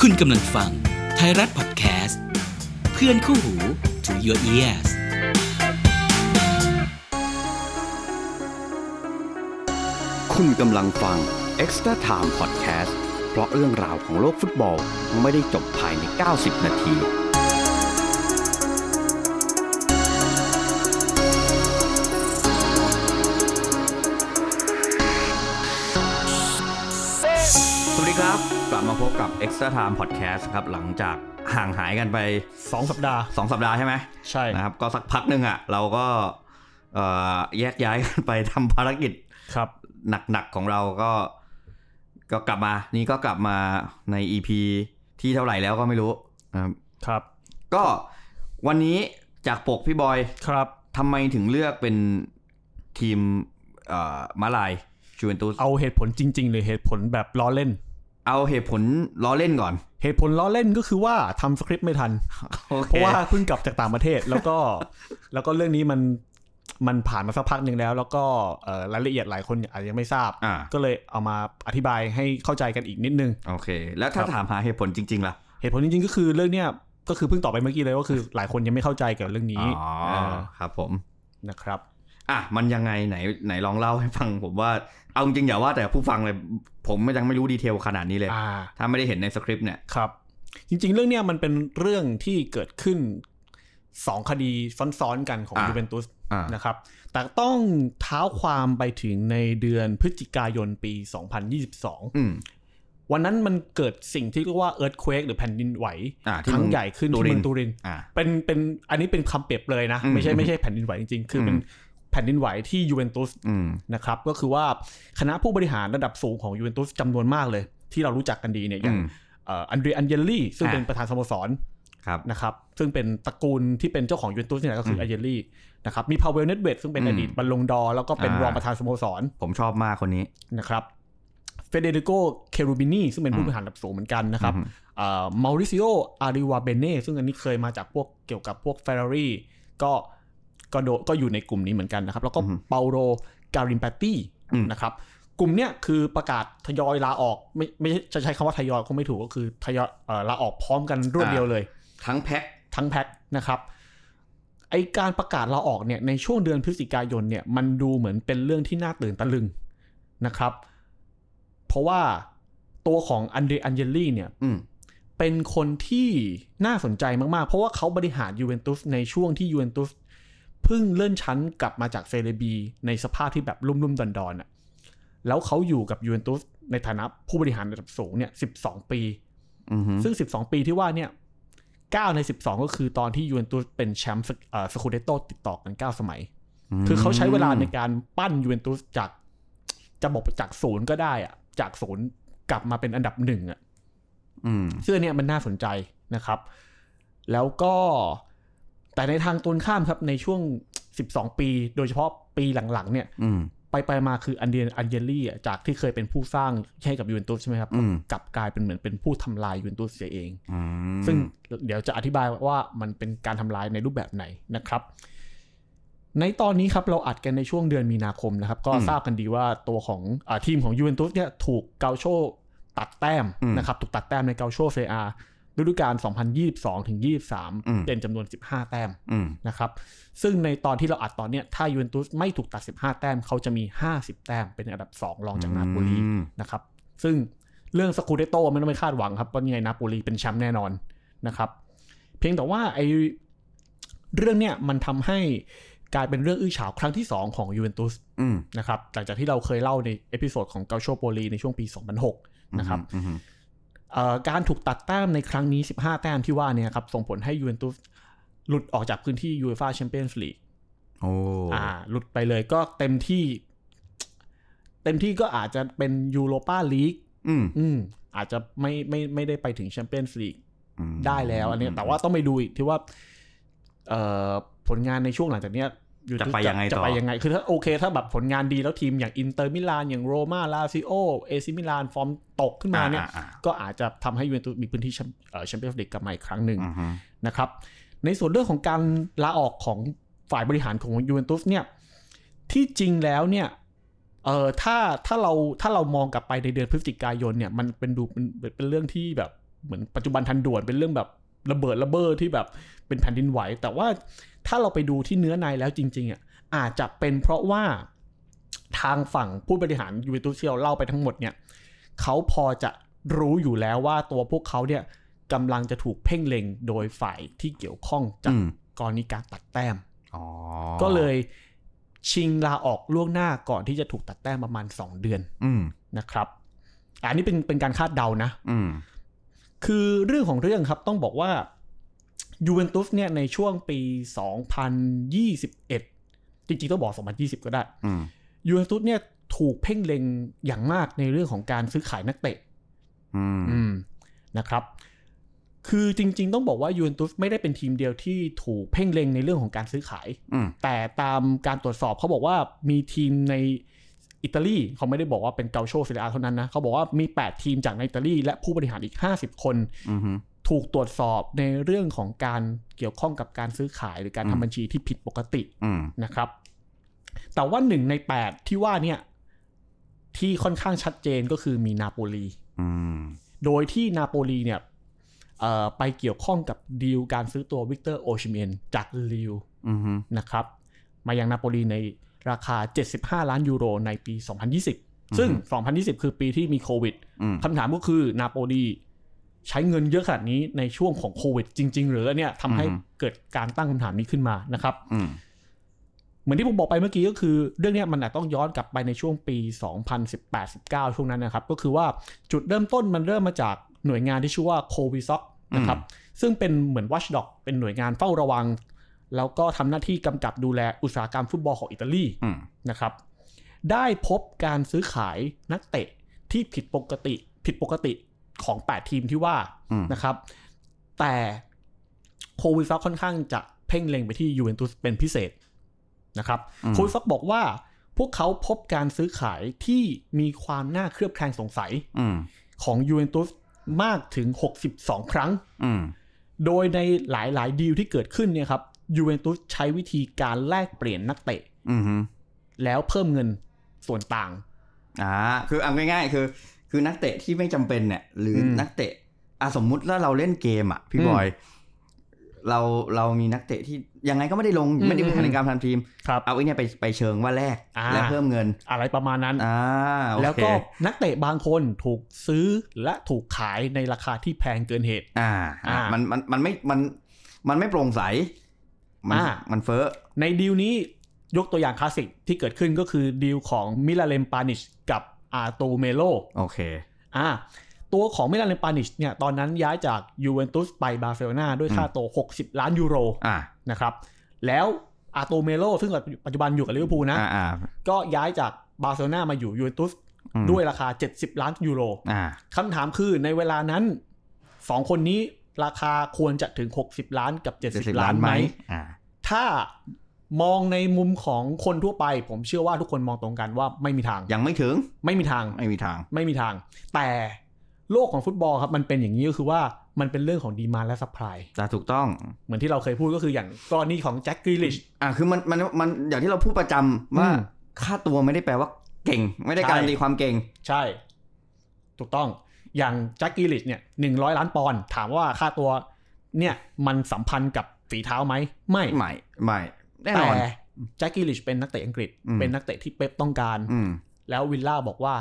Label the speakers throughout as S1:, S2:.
S1: คุณกำลังฟังไทยรัฐพอดแคสต์เพื่อนคู่หู to your ears
S2: คุณกำลังฟัง Extra Time Podcast เพราะเรื่องราวของโลกฟุตบอลไม่ได้จบภายใน 90 นาที
S3: สวัสดีครับ กลับมาพบกับ Extra Time Podcast ครับ หลังจากห่างหายกันไป
S4: สองสัปดาห์
S3: 2 สัปดาห์ใช่ไหม
S4: ใช่
S3: นะครับ ก็สักพักหนึ่งอ่ะ เราก็เอ่อแยกย้ายกันไปทำภารกิจ
S4: ครับ
S3: หนักๆของเราก็ ก็กลับมา นี่ก็กลับมาใน EP ที่เท่าไหร่แล้วก็ไม่รู้นะครับ
S4: ครับ
S3: ก็วันนี้จากปกพี่บอย
S4: ครับ
S3: ทำไมถึงเลือกเป็นทีมเอ่อมาลายจูเวนตุส
S4: เอาเหตุผลจริง ๆ หรือเหตุผลแบบล้อเล่น
S3: เอาเหตุผลล้อเล่นก่อน
S4: เหตุผลล้อเล่นก็คือว่าทำสคริปต์ไม่ทัน
S3: โอค
S4: เพราะว่าเพิ่งกลับจากต่างประเทศแล้วก็ แล้วก็เรื่องนี้มันมันผ่านมาสักพักหนึ่งแล้ว แล้วก็เอ่อรายละเอียดหลายคนอาจจะยังไม่ทราบ
S3: อ่า
S4: ก็เลยเอามาอธิบายให้เข้าใจกันอีกนิดนึง
S3: โอเค แล้วถ้า
S4: ครับ
S3: ถามหาเหตุผลจริง ๆ ล่ะ
S4: เหตุผลจริง ๆ ก็คือเรื่องเนี้ยก็คือเพิ่งตอบไปเมื่อกี้เลยว่าคือหลายคนยังไม่เข้าใจเกี่ยวกับเรื่อง
S3: อ๋
S4: นี้
S3: อา ครับผม
S4: นะครับ
S3: อ่ะ มันยังไงไหนไหนลองเล่าให้ฟังผมว่า เอาจริงอย่าว่าแต่ผู้ฟังเลย ผมยังไม่รู้ดีเทลขนาดนี้เลย
S4: อ่า
S3: ถ้าไม่ได้เห็นในสคริปต์เนี่ย
S4: ครับ จริงๆ เรื่องเนี้ยมันเป็นเรื่องที่เกิดขึ้นสองคดีซ้อนๆกันของ
S3: อ่ะ
S4: ยูเวนตุส
S3: อ่า
S4: นะครับ แต่ต้องเท้าความไปถึงในเดือนพฤศจิกายนปี
S3: อืม
S4: 2022 วันนั้นมันเกิดสิ่งที่เรียกว่าเอิร์ธเควกหรือแผ่นดินไหว
S3: อ่ะที่
S4: ครั้งใหญ่ขึ้นที่เมือง
S3: ตู
S4: ตู
S3: ริ
S4: ริ
S3: น
S4: น
S3: อ่ะ
S4: เป็นเป็นอันนี้เป็นคำเปรียบเลยนะ
S3: อืม
S4: ไม่ใช่ไม่ใช่แผ่นดินไหวจริงๆ คือเป็น
S3: อืม
S4: แผ่นดินไหวที่ยูเวนตุส
S3: อืม
S4: นะครับก็คือว่าคณะผู้บริหารระดับสูงของยูเวนตุสจำนวนมากเลย ที่เรารู้จักกันดีเนี่ยอย่าง
S3: อืม
S4: เอ่อันเดรอันเยลลี่ ซึ่ง
S3: อ่า
S4: เป็นประธานสโมสร
S3: ครับ
S4: นะครับซึ่งเป็นตระกูลที่เป็นเจ้าของยูเวนตุสเนี่ยก็คือ
S3: ม
S4: อันเยลลี่นะครับมีพาเวลเนตเวดซึ่งเป็น
S3: อืม
S4: อดีตบอลลงดอร์แล้วก็เป็น
S3: อ่าร ร
S4: องประธานสโมสร
S3: ผมชอบมากคนนี้
S4: นะครับเฟเดริโกเครูบินีซึ่งเป็นผู้บริหารระดับสูงเหมือนกันนะครับ
S3: อืม
S4: มาริซิโออาริวาเบเน่ซึ่งอันนี้เคยมาจากพวกเกี่ยวกับพวกเฟอร์รารี่ก็ก็โดก็อยู่ในกลุ่มนี้เหมือนกันนะครับแล้วก็เปาโรการิมปาตี้
S3: อืม
S4: นะครับกลุ่มเนี้ยคือประกาศทยอยลาออกไม่ไม่ใช่จะใช้คำว่าทยอยคงไม่ถูกก็คือทยอยเอ่อลาออกพร้อมกันรวด
S3: อ่า
S4: เดียวเลย
S3: ทั้งแพ็ค
S4: ทั้งแพ็คนะครับไอการประกาศลาออกเนี่ยในช่วงเดือนพฤศจิกายนเนี่ยมันดูเหมือนเป็นเรื่องที่น่าตื่นตะลึงนะครับ เพราะว่าตัวของอันเดรอันเยลลี่เนี่ย
S3: อืม
S4: เป็นคนที่น่าสนใจมาก ๆ เพราะว่าเขาบริหารยูเวนตุสในช่วงที่ยูเวนตุสเพิ่งเลื่อนชั้นกลับมาจากเซเรบีในสภาพที่แบบลุ่มๆดอนๆอ่ะแล้วเขาอยู่กับยูเวนตุสในฐานะผู้บริหารระดับสูงเนี่ย12 ปี
S3: อืมฮึ
S4: ซึ่ง 12 ปีที่ว่าเนี่ย 9 ใน 12 ก็คือตอนที่ยูเวนตุสเป็นแชมป์สเอ่อสคูเดโตติดต่อกัน 9 สมัย คือเขาใช้เวลาในการปั้นยูเวนตุสจาก จะบอกจากศูนย์ก็ได้อะจากศูนย์กลับมาเป็นอันดับหนึ่งอะ
S3: อืม
S4: เสื้อเนี่ยมันน่าสนใจนะครับ แล้วก็แต่ในทางตรงข้ามครับในช่วง 12 ปี โดยเฉพาะปีหลังๆ เนี่ย
S3: อืม
S4: ไปไปมาคืออันเดียนอันเยลลี่อะจากที่เคยเป็นผู้สร้างให้กับยูเวนตุสใช่ไหมครับ
S3: อืม
S4: กลับกลายเป็นเหมือนเป็นผู้ทำลายยูเวนตุสเสียเอง
S3: อืม
S4: ซึ่งเดี๋ยวจะอธิบายว่ามันเป็นการทำลายในรูปแบบไหนนะครับ ในตอนนี้ครับเราอัดกันในช่วงเดือนมีนาคมนะครับ ก็ทราบกันดีว่าตัวของอาทีมของยูเวนตุสเนี่ยถูกเกาโชตัดแต้มนะครับ ถูกตัดแต้มในเกาโชเซอาฤดูกาล 2022 ถึง 23 เป็นจำนวน 15 แต้ม
S3: อืม
S4: นะครับ ซึ่งในตอนที่เราอัดตอนเนี้ยถ้ายูเวนตุสไม่ถูกตัด 15 แต้ม เขาจะมี 50 แต้มเป็นอันดับ 2 รองจากนาโปลี
S3: อืม
S4: นะครับซึ่งเรื่องสกูเดโตไม่ต้องไปคาดหวังครับว่ายังไงนาโปลีเป็นแชมป์แน่นอนนะครับ เพียงแต่ว่าไอเรื่องเนี้ยมันทำให้กลายเป็นเรื่องอื้อฉาวครั้งที่ 2 ของยูเวนตุส
S3: อืม
S4: นะครับหลังจากที่เราเคยเล่าในเอพิโซดของเกาโชโปลีในช่วงปี 2006 นะครับ
S3: อืมฮึ
S4: เอ่อการถูกตัดแต้มในครั้งนี้ 15 แต้มที่ว่าเนี่ยครับส่งผลให้ยูเวนตุสหลุดออกจากพื้นที่ยูเอฟ่าแชมเปี้ยนส์ลีก
S3: โอ้
S4: อ่าหลุดไปเลยก็เต็มที่ เต็มที่ก็อาจจะเป็นยูโรปาลีก
S3: อืม
S4: อืมอาจจะไม่ไม่ไม่ได้ไปถึงแชมเปี้ยนส์ลีก
S3: อืม
S4: ได้แล้วอันเนี้ยแต่ว่าต้องไปดูอีกที่ว่าเอ่อผลงานในช่วงหลังจากเนี้ย Juventus
S3: จะไปยังไงต่อ
S4: จะไปยังไง คือถ้าโอเคถ้าแบบผลงานดีแล้วทีมอย่างอินเตอร์มิลานอย่างโรมาลาซิโอเอซิมิลานฟอร์มตกขึ้นมาเนี่ย
S3: อ่อ่อ่
S4: ก็อาจจะทำให้ยูเวนตุสมีพื้นที่แชมป์เอ่อแชมเปี้ยนส์ลีกกลับมาอีกครั้งหนึ่ง
S3: อืมฮึ
S4: นะครับในส่วนเรื่องของการลาออกของฝ่ายบริหารของยูเวนตุสเนี่ยที่จริงแล้วเนี่ยเออถ้าถ้าเราถ้าเรามองกลับไปในเดือนพฤศจิกายนเนี่ยมันเป็นดูเป็นเป็นเรื่องที่แบบ เหมือนปัจจุบันทันด่วนเป็นเรื่องแบบระเบิดระเบ้อที่แบบเป็นแผ่นดินไหว แต่ว่าถ้าเราไปดูที่เนื้อในแล้วจริงๆอ่ะอาจจะเป็นเพราะว่าทางฝั่งผู้บริหารยูเวนตุสที่เราเล่าไปทั้งหมดเนี่ยเขาพอจะรู้อยู่แล้วว่าตัวพวกเขาเนี่ยกำลังจะถูกเพ่งเล็งโดยฝ่ายที่เกี่ยวข้องจาก
S3: อืม
S4: กรณีการตัดแต้ม
S3: อ๋อ
S4: ก็เลยชิงลาออกล่วงหน้าก่อนที่จะถูกตัดแต้มประมาณ 2 เดือน
S3: อืม
S4: นะครับอันนี้เป็นเป็นการคาดเดานะ
S3: อืม
S4: คือเรื่องของเรื่องครับต้องบอกว่ายูเวนตุสเนี่ยในช่วงปี 2021 จริงๆ ต้องบอก 2020 ก็ได้
S3: อืม
S4: ยูเวนตุสเนี่ยถูกเพ่งเล็งอย่างมากในเรื่องของการซื้อขายนักเตะ
S3: อืม
S4: อืมนะครับ คือจริง ๆ ต้องบอกว่ายูเวนตุสไม่ได้เป็นทีมเดียวที่ถูกเพ่งเล็งในเรื่องของการซื้อขาย
S3: อืม
S4: แต่ตามการตรวจสอบเขาบอกว่ามีทีมในอิตาลีเขาไม่ได้บอกว่าเป็นเกาโชเซเรียอาเท่านั้นนะเขาบอกว่ามี 8 ทีมจากในอิตาลีและผู้บริหารอีก 50 คน
S3: อืม
S4: ถูกตรวจสอบในเรื่องของการเกี่ยวข้องกับการซื้อขายหรือการ
S3: อืม
S4: ทำบัญชีที่ผิดปกติ
S3: อืม
S4: นะครับ แต่ว่าหนึ่งใน 8 ที่ว่าเนี่ยที่ค่อนข้างชัดเจนก็คือมีนาโปลี
S3: อืม
S4: โดยที่นาโปลีเนี่ยเอ่อไปเกี่ยวข้องกับดีลการซื้อตัววิกเตอร์โอชิเมนจากลิว
S3: อืม
S4: นะครับมายังนาโปลีในราคา 75 ล้านยูโรในปี 2020 ซึ่ง 2020 คือปีที่มีโควิด
S3: อืม
S4: คำถามก็คือนาโปลีใช้เงินเยอะขนาดนี้ในช่วงของโควิดจริง ๆ หรือเนี่ยทำให้
S3: อืม
S4: เกิดการตั้งคำถามนี้ขึ้นมานะครับ
S3: อืม
S4: เหมือนที่ผมบอกไปเมื่อกี้ก็คือ เรื่องเนี้ยมันอาจต้องย้อนกลับไปในช่วงปี 2018-19 ช่วงนั้นนะครับ ก็คือว่าจุดเริ่มต้นมันเริ่มมาจากหน่วยงานที่ชื่อว่าโควิซ็อกนะครับซึ่งเป็นเหมือน Watchdog เป็นหน่วยงานเฝ้าระวัง แล้วก็ทำหน้าที่กำกับดูแลอุตสาหกรรมฟุตบอลของอิตาลี
S3: อืม
S4: นะครับ ได้พบการซื้อขายนักเตะที่ผิดปกติผิดปกติของ 8 ทีมที่ว่า
S3: อืม
S4: นะครับ แต่โควิซักค่อนข้างจะเพ่งเล็งไปที่ยูเวนตุสเป็นพิเศษนะครับ
S3: อืม
S4: โควิซักบอกว่าพวกเขาพบการซื้อขายที่มีความน่าเคลือบแคลงสงสัย
S3: อืม
S4: ของยูเวนตุสมากถึง 62 ครั้ง
S3: อืม
S4: โดยในหลายๆ ดีลที่เกิดขึ้นเนี่ยครับยูเวนตุสใช้วิธีการแลกเปลี่ยนนักเตะ
S3: อืม
S4: แล้วเพิ่มเงินส่วนต่าง
S3: อ่า คือเอาง่ายๆ คือ คือนักเตะที่ไม่จำเป็นเนี่ย หรืออ
S4: ม
S3: นักเตะ อ่ะสมมุติว่าเราเล่นเกมอ่ะ พี่
S4: อืม
S3: บอย เรา เรามีนักเตะที่ยังไงก็ไม่ได้ลง
S4: อืม
S3: ไม่ได้
S4: อืม
S3: เป็นในการทำทีม
S4: ครับ
S3: เอาไอ้เนี่ยไป ไปเชิงว่าแลก
S4: อ่า
S3: และเพิ่มเงิน
S4: อะไรประมาณนั้น
S3: อ่าโอเค
S4: แล้วก็นักเตะบางคนถูกซื้อและถูกขายในราคาที่แพงเกินเหตุ
S3: อ่าอ่า
S4: อ่ามั
S3: มัน มัน มันไม่ มัน มันไม่โปร่งใส มัน
S4: อ่ามั
S3: มันเฟ้อ
S4: ในดีลนี้ยกตัวอย่างคลาสสิกที่เกิดขึ้นก็คือดีลของมิลาเลมปานิชกับอาร์ตูเมโล
S3: โอเค
S4: อ่าตัวของมิลาเลมปานิชเนี่ยตอนนั้นย้ายจากยูเวนตุสไปบาร์เซโลนาด้วยค่าตัว 60 ล้านยูโร
S3: อ่า
S4: นะครับแล้วอาร์ตูเมโลซึ่งปัจจุบันอยู่กับลิเวอร์พูลนะ
S3: อ่าอ่า
S4: ก็ย้ายจากบาร์เซโลนามาอยู่ยูเวนตุส
S3: อืม
S4: ด้วยราคา 70 ล้านยูโร
S3: อ่า
S4: คำถามคือในเวลานั้นสองคนนี้ราคาควรจะถึง 60 ล้านกับ 70 ล้านไหม
S3: อ่า
S4: ถ้ามองในมุมของคนทั่วไป ผมเชื่อว่าทุกคนมองตรงกันว่าไม่มีทาง
S3: ยังไม่ถึง
S4: ไม่มีทาง
S3: ไม่มีทาง
S4: ไม่มีทาง แต่โลกของฟุตบอลครับมันเป็นอย่างนี้ก็คือว่ามันเป็นเรื่องของดีมาและสป라이
S3: แต่ถูกต้อง
S4: เหมือนที่เราเคยพูดก็คืออย่างกรณีของแจ็คกรีลิช
S3: อ่า คือมัน มัน มัน อย่างที่เราพูดประจำว่า
S4: อืม
S3: ค่าตัวไม่ได้แปลว่าเก่ง ไม่ได้
S4: ใช่
S3: การันตีความเก่ง
S4: ใช่ ถูกต้องอย่างแจ็คกรีลิชเนี่ยหนึ่งร้อยล้านปอนด์ถามว่าค่าตัวเนี่ยมันสัมพันธ์กับฝีเท้าไหมไม่
S3: ใหม่ ใหม่ แน่น
S4: แต่
S3: อน
S4: แจ็คกิลิชเป็นนักเตะอังกฤษ
S3: อืม
S4: เป็นนักเตะที่เป๊ปต้องการ
S3: อืม
S4: แล้ววิลล่าบอกว่า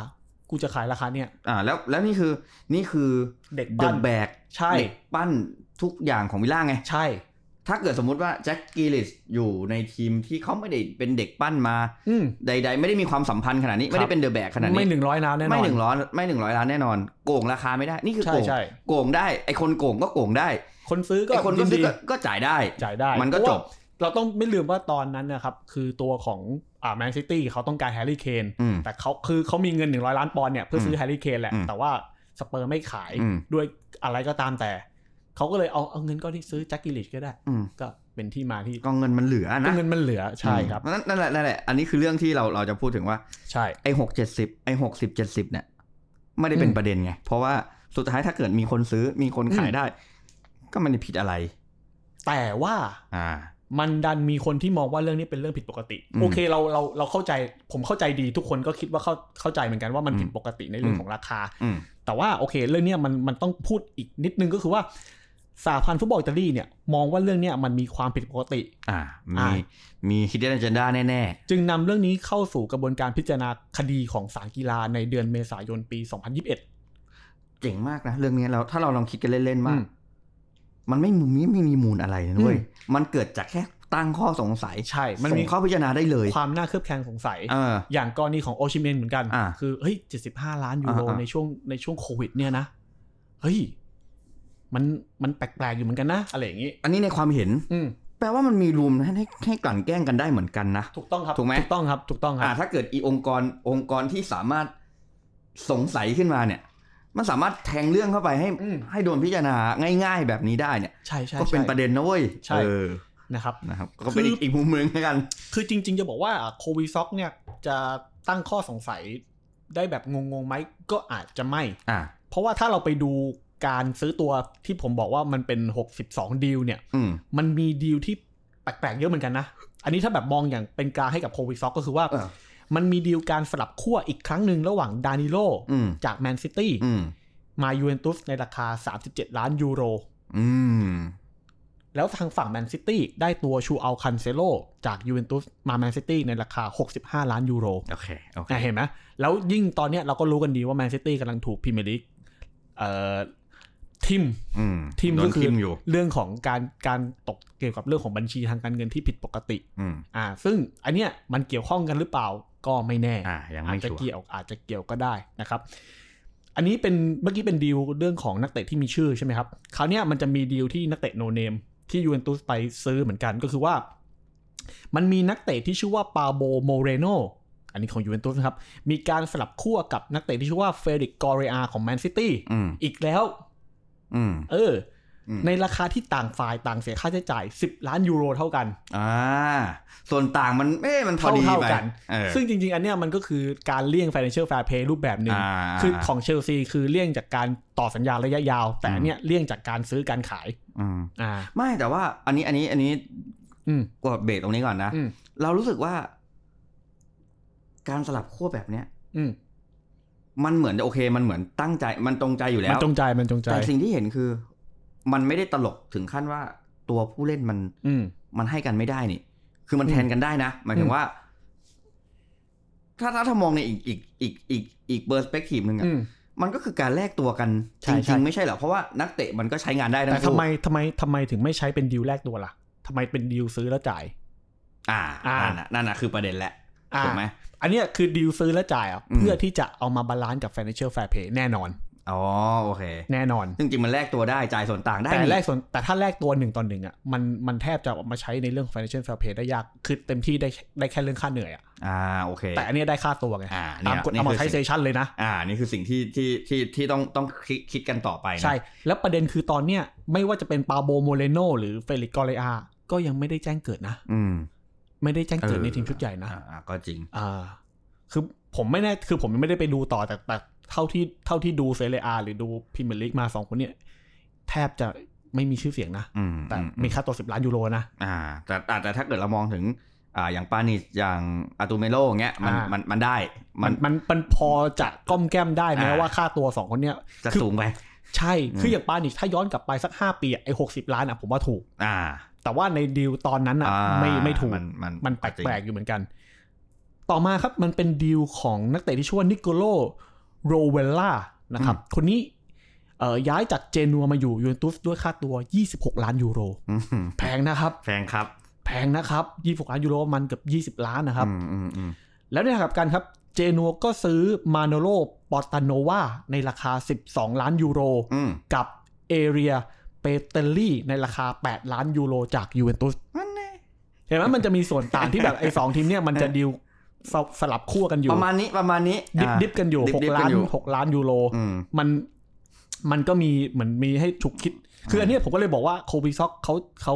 S4: กูจะขายราคาเนี่ย
S3: อ่า แล้ว แล้วนี่คือ นี่คือ
S4: เด็ก
S3: เด
S4: ปั้
S3: อะ
S4: น
S3: แบก
S4: ใช่
S3: ปั้นทุกอย่างของวิลล่าไง
S4: ใช่
S3: ถ้าเกิดสมมุติว่าแจ็คกิลิสอยู่ในทีมที่เขาไม่ได้เป็นเด็กปั้นมา
S4: อืม
S3: ใด ๆ ไม่ได้มีความสัมพันธ์ขนาดนี้ ไม่
S4: ครั
S3: ได้
S4: บ
S3: เป็นเดอะแบกขนาดนี้
S4: ไม่หนึ่งร้อยล้านแน่นอน
S3: ไม่หนึ่งร้อยไม่หนึ่งร้อยล้านแน่นอน โกงราคาไม่ได้ นี่คือโก
S4: ใช่
S3: ง
S4: ใช่
S3: โกงได้ ไอคนโกงก็โกงได้
S4: คนซื้อก็
S3: ไอคนก็ซื้อ
S4: ยิ
S3: ก็ก็จ่ายได้
S4: จ่ายได้
S3: มันก็
S4: เพ
S3: จ
S4: ราะว่า
S3: บ
S4: เราต้องไม่ลืมว่าตอนนั้นนะครับ คือตัวของอ่าแมนซิตี้เขาต้องการแฮร์รี่เคน
S3: อืม
S4: แต่เขาคือเขามีเงิน 100 ล้านปอนด์เนี่ยเพื่อซื้อแฮร์รี่เคนแหละ
S3: อืม
S4: แต่ว่าสเปอร์ไม่ขาย
S3: อืม
S4: ด้วยอะไรก็ตามแต่ เขาก็เลยเอาเอาเงินก้อนที่ซื้อแจ็คกิลิชก็ได้
S3: อืม
S4: ก็เป็นที่มาที่
S3: ก็เงินมันเหลือ
S4: ก็
S3: นะ
S4: เงินมันเหลือใช่ครับ
S3: อืมนั่นนั่นแหละนั่นแหละ อันนี้คือเรื่องที่เราเราจะพูดถึงว่า
S4: ใช่
S3: ไอหกเจ็ดสิบไอหกสิบเจ็ดสิบเนี่ย ไม่ได้เป็น
S4: อืม
S3: ประเด็นไง เพราะว่าสุดท้ายถ้าเกิดมีคนซื้อมีคนขาย
S4: อืม
S3: ได้ ก็ไม่ได้ผิดอะไร
S4: แต่ว่า
S3: อ่า
S4: มันดันมีคนที่มองว่าเรื่องนี้เป็นเรื่องผิดปกติ
S3: อืม
S4: โอเคเราเราเราเข้าใจผมเข้าใจดีทุกคนก็คิดว่าเข้าเข้าใจเหมือนกันว่ามันผิดปกติในเรื่อง
S3: อืม
S4: ของราคา
S3: อืม
S4: แต่ว่าโอเคเรื่องเนี้ยมันมันต้องพูดอีกนิดนึงก็คือว่าสหพันธ์ฟุตบอลอิตาลีเนี่ยมองว่าเรื่องเนี้ยมันมีความผิดปกติ
S3: อ่า
S4: อ่า
S3: มี มีคิดได้จันด้าแน่
S4: จึงนำเรื่องนี้เข้าสู่กระบวนการพิจารณาคดีของศาลกีฬาในเดือนเมษายนปี 2021
S3: ๆ เจ๋งมากนะ เรื่องนี้เราถ้าเราลองคิดกันเล่นๆ
S4: อื
S3: มาก
S4: ม
S3: มันไม่มีไม่มีมูลอะไรนะเว้ย
S4: อืม
S3: มันเกิดจากแค่ตั้งข้อสงสัย
S4: ใช่ มัน
S3: ส่
S4: มี
S3: งเข้าพิจารณาได้เลย
S4: ความน่าเคลือบแคลงสงสัย
S3: เออ
S4: อย่างกรณีของโอชิเมนเหมือนกัน
S3: อ่า
S4: คือเฮ้ย 75 ล้านยูโร
S3: อ่าอ่า
S4: ในช่วงในช่วงโควิดเนี่ยนะ เฮ้ย มันมันแปลกๆอยู่เหมือนกันนะ อะไรอย่างนี้
S3: อันนี้ในความเห็น
S4: อืม
S3: แปลว่ามันมีรูมให้ให้ให้กลั่นแกล้งกันได้เหมือนกันนะ
S4: ถูกต้องครับ
S3: ถูกไหม
S4: ถูกต้องครับ ถูกต้องค
S3: อ่า
S4: รับ
S3: ถ้าเกิดอีองค์กรองค์กรที่สามารถสงสัยขึ้นมาเนี่ย มันสามารถแทงเรื่องเข้าไปให้
S4: อืม
S3: ให้โดนพิจารณาง่าย ๆ แบบนี้ได้เนี่ย
S4: ใช่ใช่
S3: ก็เป็น
S4: ใช่
S3: ประเด็นนะเว้ย
S4: ใช่
S3: เออ
S4: นะครับ
S3: นะครับ ก็เป็นอีกอีกมุมหนึงแล้วกัน
S4: คือจริง ๆ จะบอกว่าโควิซ็อกเนี่ยจะตั้งข้อสงสัยได้แบบงงๆไหมก็อาจจะไม่
S3: อ่า
S4: เพราะว่าถ้าเราไปดูการซื้อตัวที่ผมบอกว่ามันเป็น 62 ดีลเนี่ย
S3: อืม
S4: มันมีดีลที่แปลกๆเยอะเหมือนกันนะ อันนี้ถ้าแบบมองอย่างเป็นกลางให้กับโควิซ็อกก็คือว่า
S3: เออ
S4: มันมีดีลการสลับขั้วอีกครั้งหนึ่งระหว่างดานิโล
S3: อืม
S4: จากแมนซิตี้
S3: อืม
S4: มายูเวนตุสในราคา 37 ล้านยูโร
S3: อืม
S4: แล้วทางฝั่งแมนซิตี้ได้ตัวชูอัลคันเซโลจากยูเวนตุสมาแมนซิตี้ในราคา 65 ล้านยูโร
S3: โอเค โอเค
S4: อ่ะเห็นไหมแล้วยิ่งตอนเนี้ยเราก็รู้กันดีว่าแมนซิตี้กำลังถูกพรีเมียร์ลีกเอ่อทิม
S3: อืม
S4: ทิม
S3: โด
S4: ก็
S3: น
S4: คือ
S3: ทิมอยู่
S4: เรื่องของการการตกเกี่ยวกับเรื่องของบัญชีทางการเงินที่ผิดปกติ
S3: อืม
S4: อ่าซึ่งอันเนี้ยมันเกี่ยวข้องกันหรือเปล่าก็ไม่แน่
S3: อ่า ยัง
S4: อา
S3: ไม่
S4: จจะ
S3: ชัวร์
S4: เกี่ยวอาจจะเกี่ยวก็ได้นะครับ อันนี้เป็นเมื่อกี้เป็นดีลเรื่องของนักเตะที่มีชื่อใช่ไหมครับคราวเนี้ยมันจะมีดีลที่นักเตะโนเนมที่ยูเวนตุสไปซื้อเหมือนกันก็คือว่า มันมีนักเตะที่ชื่อว่าปาโบโมเรโนอันนี้ของยูเวนตุสนะครับ มีการสลับขั้วกับนักเตะที่ชื่อว่าเฟเดริกกอเรอาของแมนซิตี้
S3: อืม
S4: อีกแล้ว
S3: อืม
S4: เอออ
S3: ม
S4: ในราคาที่ต่างฝ่ายต่างเสียค่าใช้จ่าย 10 ล้านยูโรเท่ากัน
S3: อ่า ส่วนต่างมันเอ๊ะมันพอ
S4: เท่า
S3: ดี
S4: เท่า
S3: ไป
S4: กัน
S3: เออ
S4: ซึ่งจริง ๆ อันเนี้ยมันก็คือการเลี่ยง financial fair play รูปแบบหนึ่ง
S3: า
S4: คือของเชลซีคือเลี่ยงจากการต่อสัญญาระยะยาว แต่
S3: อืม
S4: อันเนี่ยเลี่ยงจากการซื้อการขาย
S3: อืม
S4: อ่า
S3: ไม่แต่ว่า อันนี้ อันนี้ อันนี้
S4: อืม
S3: กดเบรกตรงนี้ก่อนนะ
S4: อืม
S3: เรารู้สึกว่า การสลับขั้วแบบเนี้ย
S4: อืม
S3: มันเหมือนโอเค มันเหมือนตั้งใจ มันตรงใจอยู่แล้
S4: มัน
S3: ว
S4: จงใจมันจงใจ
S3: แต่สิ่งที่เห็นคือ มันไม่ได้ตลกถึงขั้นว่าตัวผู้เล่นมัน
S4: อืม
S3: มันให้กันไม่ได้นี่ คือมัน
S4: อืม
S3: แทนกันได้นะ หมายถึ
S4: อื
S3: ง
S4: ม
S3: ว่า ถ้าถ้าถ้ามองในอีกอีกอีกอีกอีกเบอร์สเปกทีฟหนึ่งอะ
S4: อืม
S3: มันก็คือการแลกตัวกัน
S4: ใช่
S3: จ
S4: ใช่
S3: ริงๆ ไม่ใช่เหรอ เพราะว่านักเตะมันก็ใช้งานได้ทั้
S4: แต่
S3: ง
S4: ทำ
S3: คู่
S4: ไมทำไมทำไมถึงไม่ใช้เป็นดีลแรกตัวล่ะทำไมเป็นดีลซื้อแล้วจ่าย
S3: อ่า
S4: อ่า
S3: นั่นน่ะนั่นน่ะคือประเด็นแหละ
S4: อ่า
S3: ถูกไหม
S4: อันเนี้ยคือดีลซื้อแล้วจ่ายอ่ะ
S3: อืม
S4: เพื่อที่จะเอามาบาลานซ์กับ financial fair play แน่นอน
S3: อ๋อโอเค
S4: แน่นอน
S3: จริงๆมันแลกตัวได้จ่ายส่วนต่างได้
S4: แต่
S3: นี่
S4: แรกส่วนแต่ถ้าแลกตัวหนึ่งต่อหนึ่งอ่ะมันมันแทบจะเอามาใช้ในเรื่องของ financial fair play ได้ยากคือเต็มที่ได้ได้แค่เรื่องค่าเหนื่อยอ่ะ
S3: อ่าโอเค
S4: แต่อันเนี้ยได้ค่าตัวไง
S3: อ่า
S4: ตามกฎ
S3: นี่ยนี่คือสิ่ง
S4: amortization เลยนะ
S3: อ่า นี่คือสิ่งที่ที่ที่ที่ต้องต้องคิดคิดกันต่อไปนะ
S4: ใช่ แล้วประเด็นคือตอนเนี้ยไม่ว่าจะเป็นปาโบโมเรโนหรือเฟลิกกอเรอาก็ยังไม่ได้แจ้งเกิดนะ
S3: อืม
S4: ไม่ได้แจ้งเกิด
S3: ออ
S4: ในทีมชุดใหญ่นะ
S3: อ่าอ่าก็จริง
S4: อ่าคือผมไม่แน่คือผมยังไม่ได้ไปดูต่อแต่แต่เท่าที่เท่าที่ดูเซเรียอาหรือดูพรีเมียร์ลีกมาสองคนเนี่ยแทบจะไม่มีชื่อเสียงนะ
S3: อืม
S4: แต่
S3: อือื
S4: มีค่าตัวสิบล้านยูโรนะ
S3: อ่าแต่แต่แต่ถ้าเกิดเรามองถึงอ่าอย่างปานิชอย่างอาตูเมโลอย่างเงี้ยมัน
S4: อ่ามั
S3: มันมันได้
S4: มั
S3: มัน น
S4: มันมันพอจะก้อมแก้มได้แม้
S3: อ่า
S4: ว่าค่าตัวสองคนเนี่ย
S3: จะ
S4: คือ
S3: สูงไป
S4: ใช่คืออ
S3: ม
S4: อย่างปานิชถ้าย้อนกลับไปสักห้าปีอะไอ้หกสิบล้านอ่ะผมว่าถูก
S3: อ่า
S4: แต่ว่าในดีลตอนนั้นอ่ะ
S3: อ่า
S4: ไม่ไม่ถูก
S3: มันมัน
S4: มันแปลกๆอยู่เหมือนกัน ต่อมาครับมันเป็นดีลของนักเตะที่ชื่อว่านิโกโลโรเวลล่านะครับ คนนี้เอ่อย้ายจากเจนัวมาอยู่ยูเวนตุสด้วยค่าตัว 26 ล้านยูโร
S3: อืม
S4: แพงนะครับ
S3: แพงครับ
S4: แพงนะครับ 26 ล้านยูโรประมันเกือบ20 ล้านนะครับ
S3: อืมอืมอืม
S4: แล้วในทางกลับกันครับ เจนัวก็ซื้อมาโนโลปอตานโนวาในราคา 12 ล้านยูโร
S3: อืม
S4: กับเอเรียเปเตลลี่ในราคา 8 ล้านยูโรจากยูเวนตุส
S3: มันแน่
S4: เห็นไหมมันจะมีส่วนต่างที่แบบไอ้ สองทีมเนี่ยมันจะดิวสสลับคู่กันอยู่
S3: ประมาณนี้ประมาณนี้
S4: ดิบ
S3: อ่า
S4: ดิบกันอยู่
S3: ดิบ
S4: หก
S3: ดิบกั
S4: ล้าน น
S3: อยู่
S4: หกล้านยูโร
S3: อืม
S4: มันมันก็มีเหมือนมีให้ฉุกคิด คืออันเนี้ยผมก็เลยบอกว่าโคบิซ็อกเขาเขา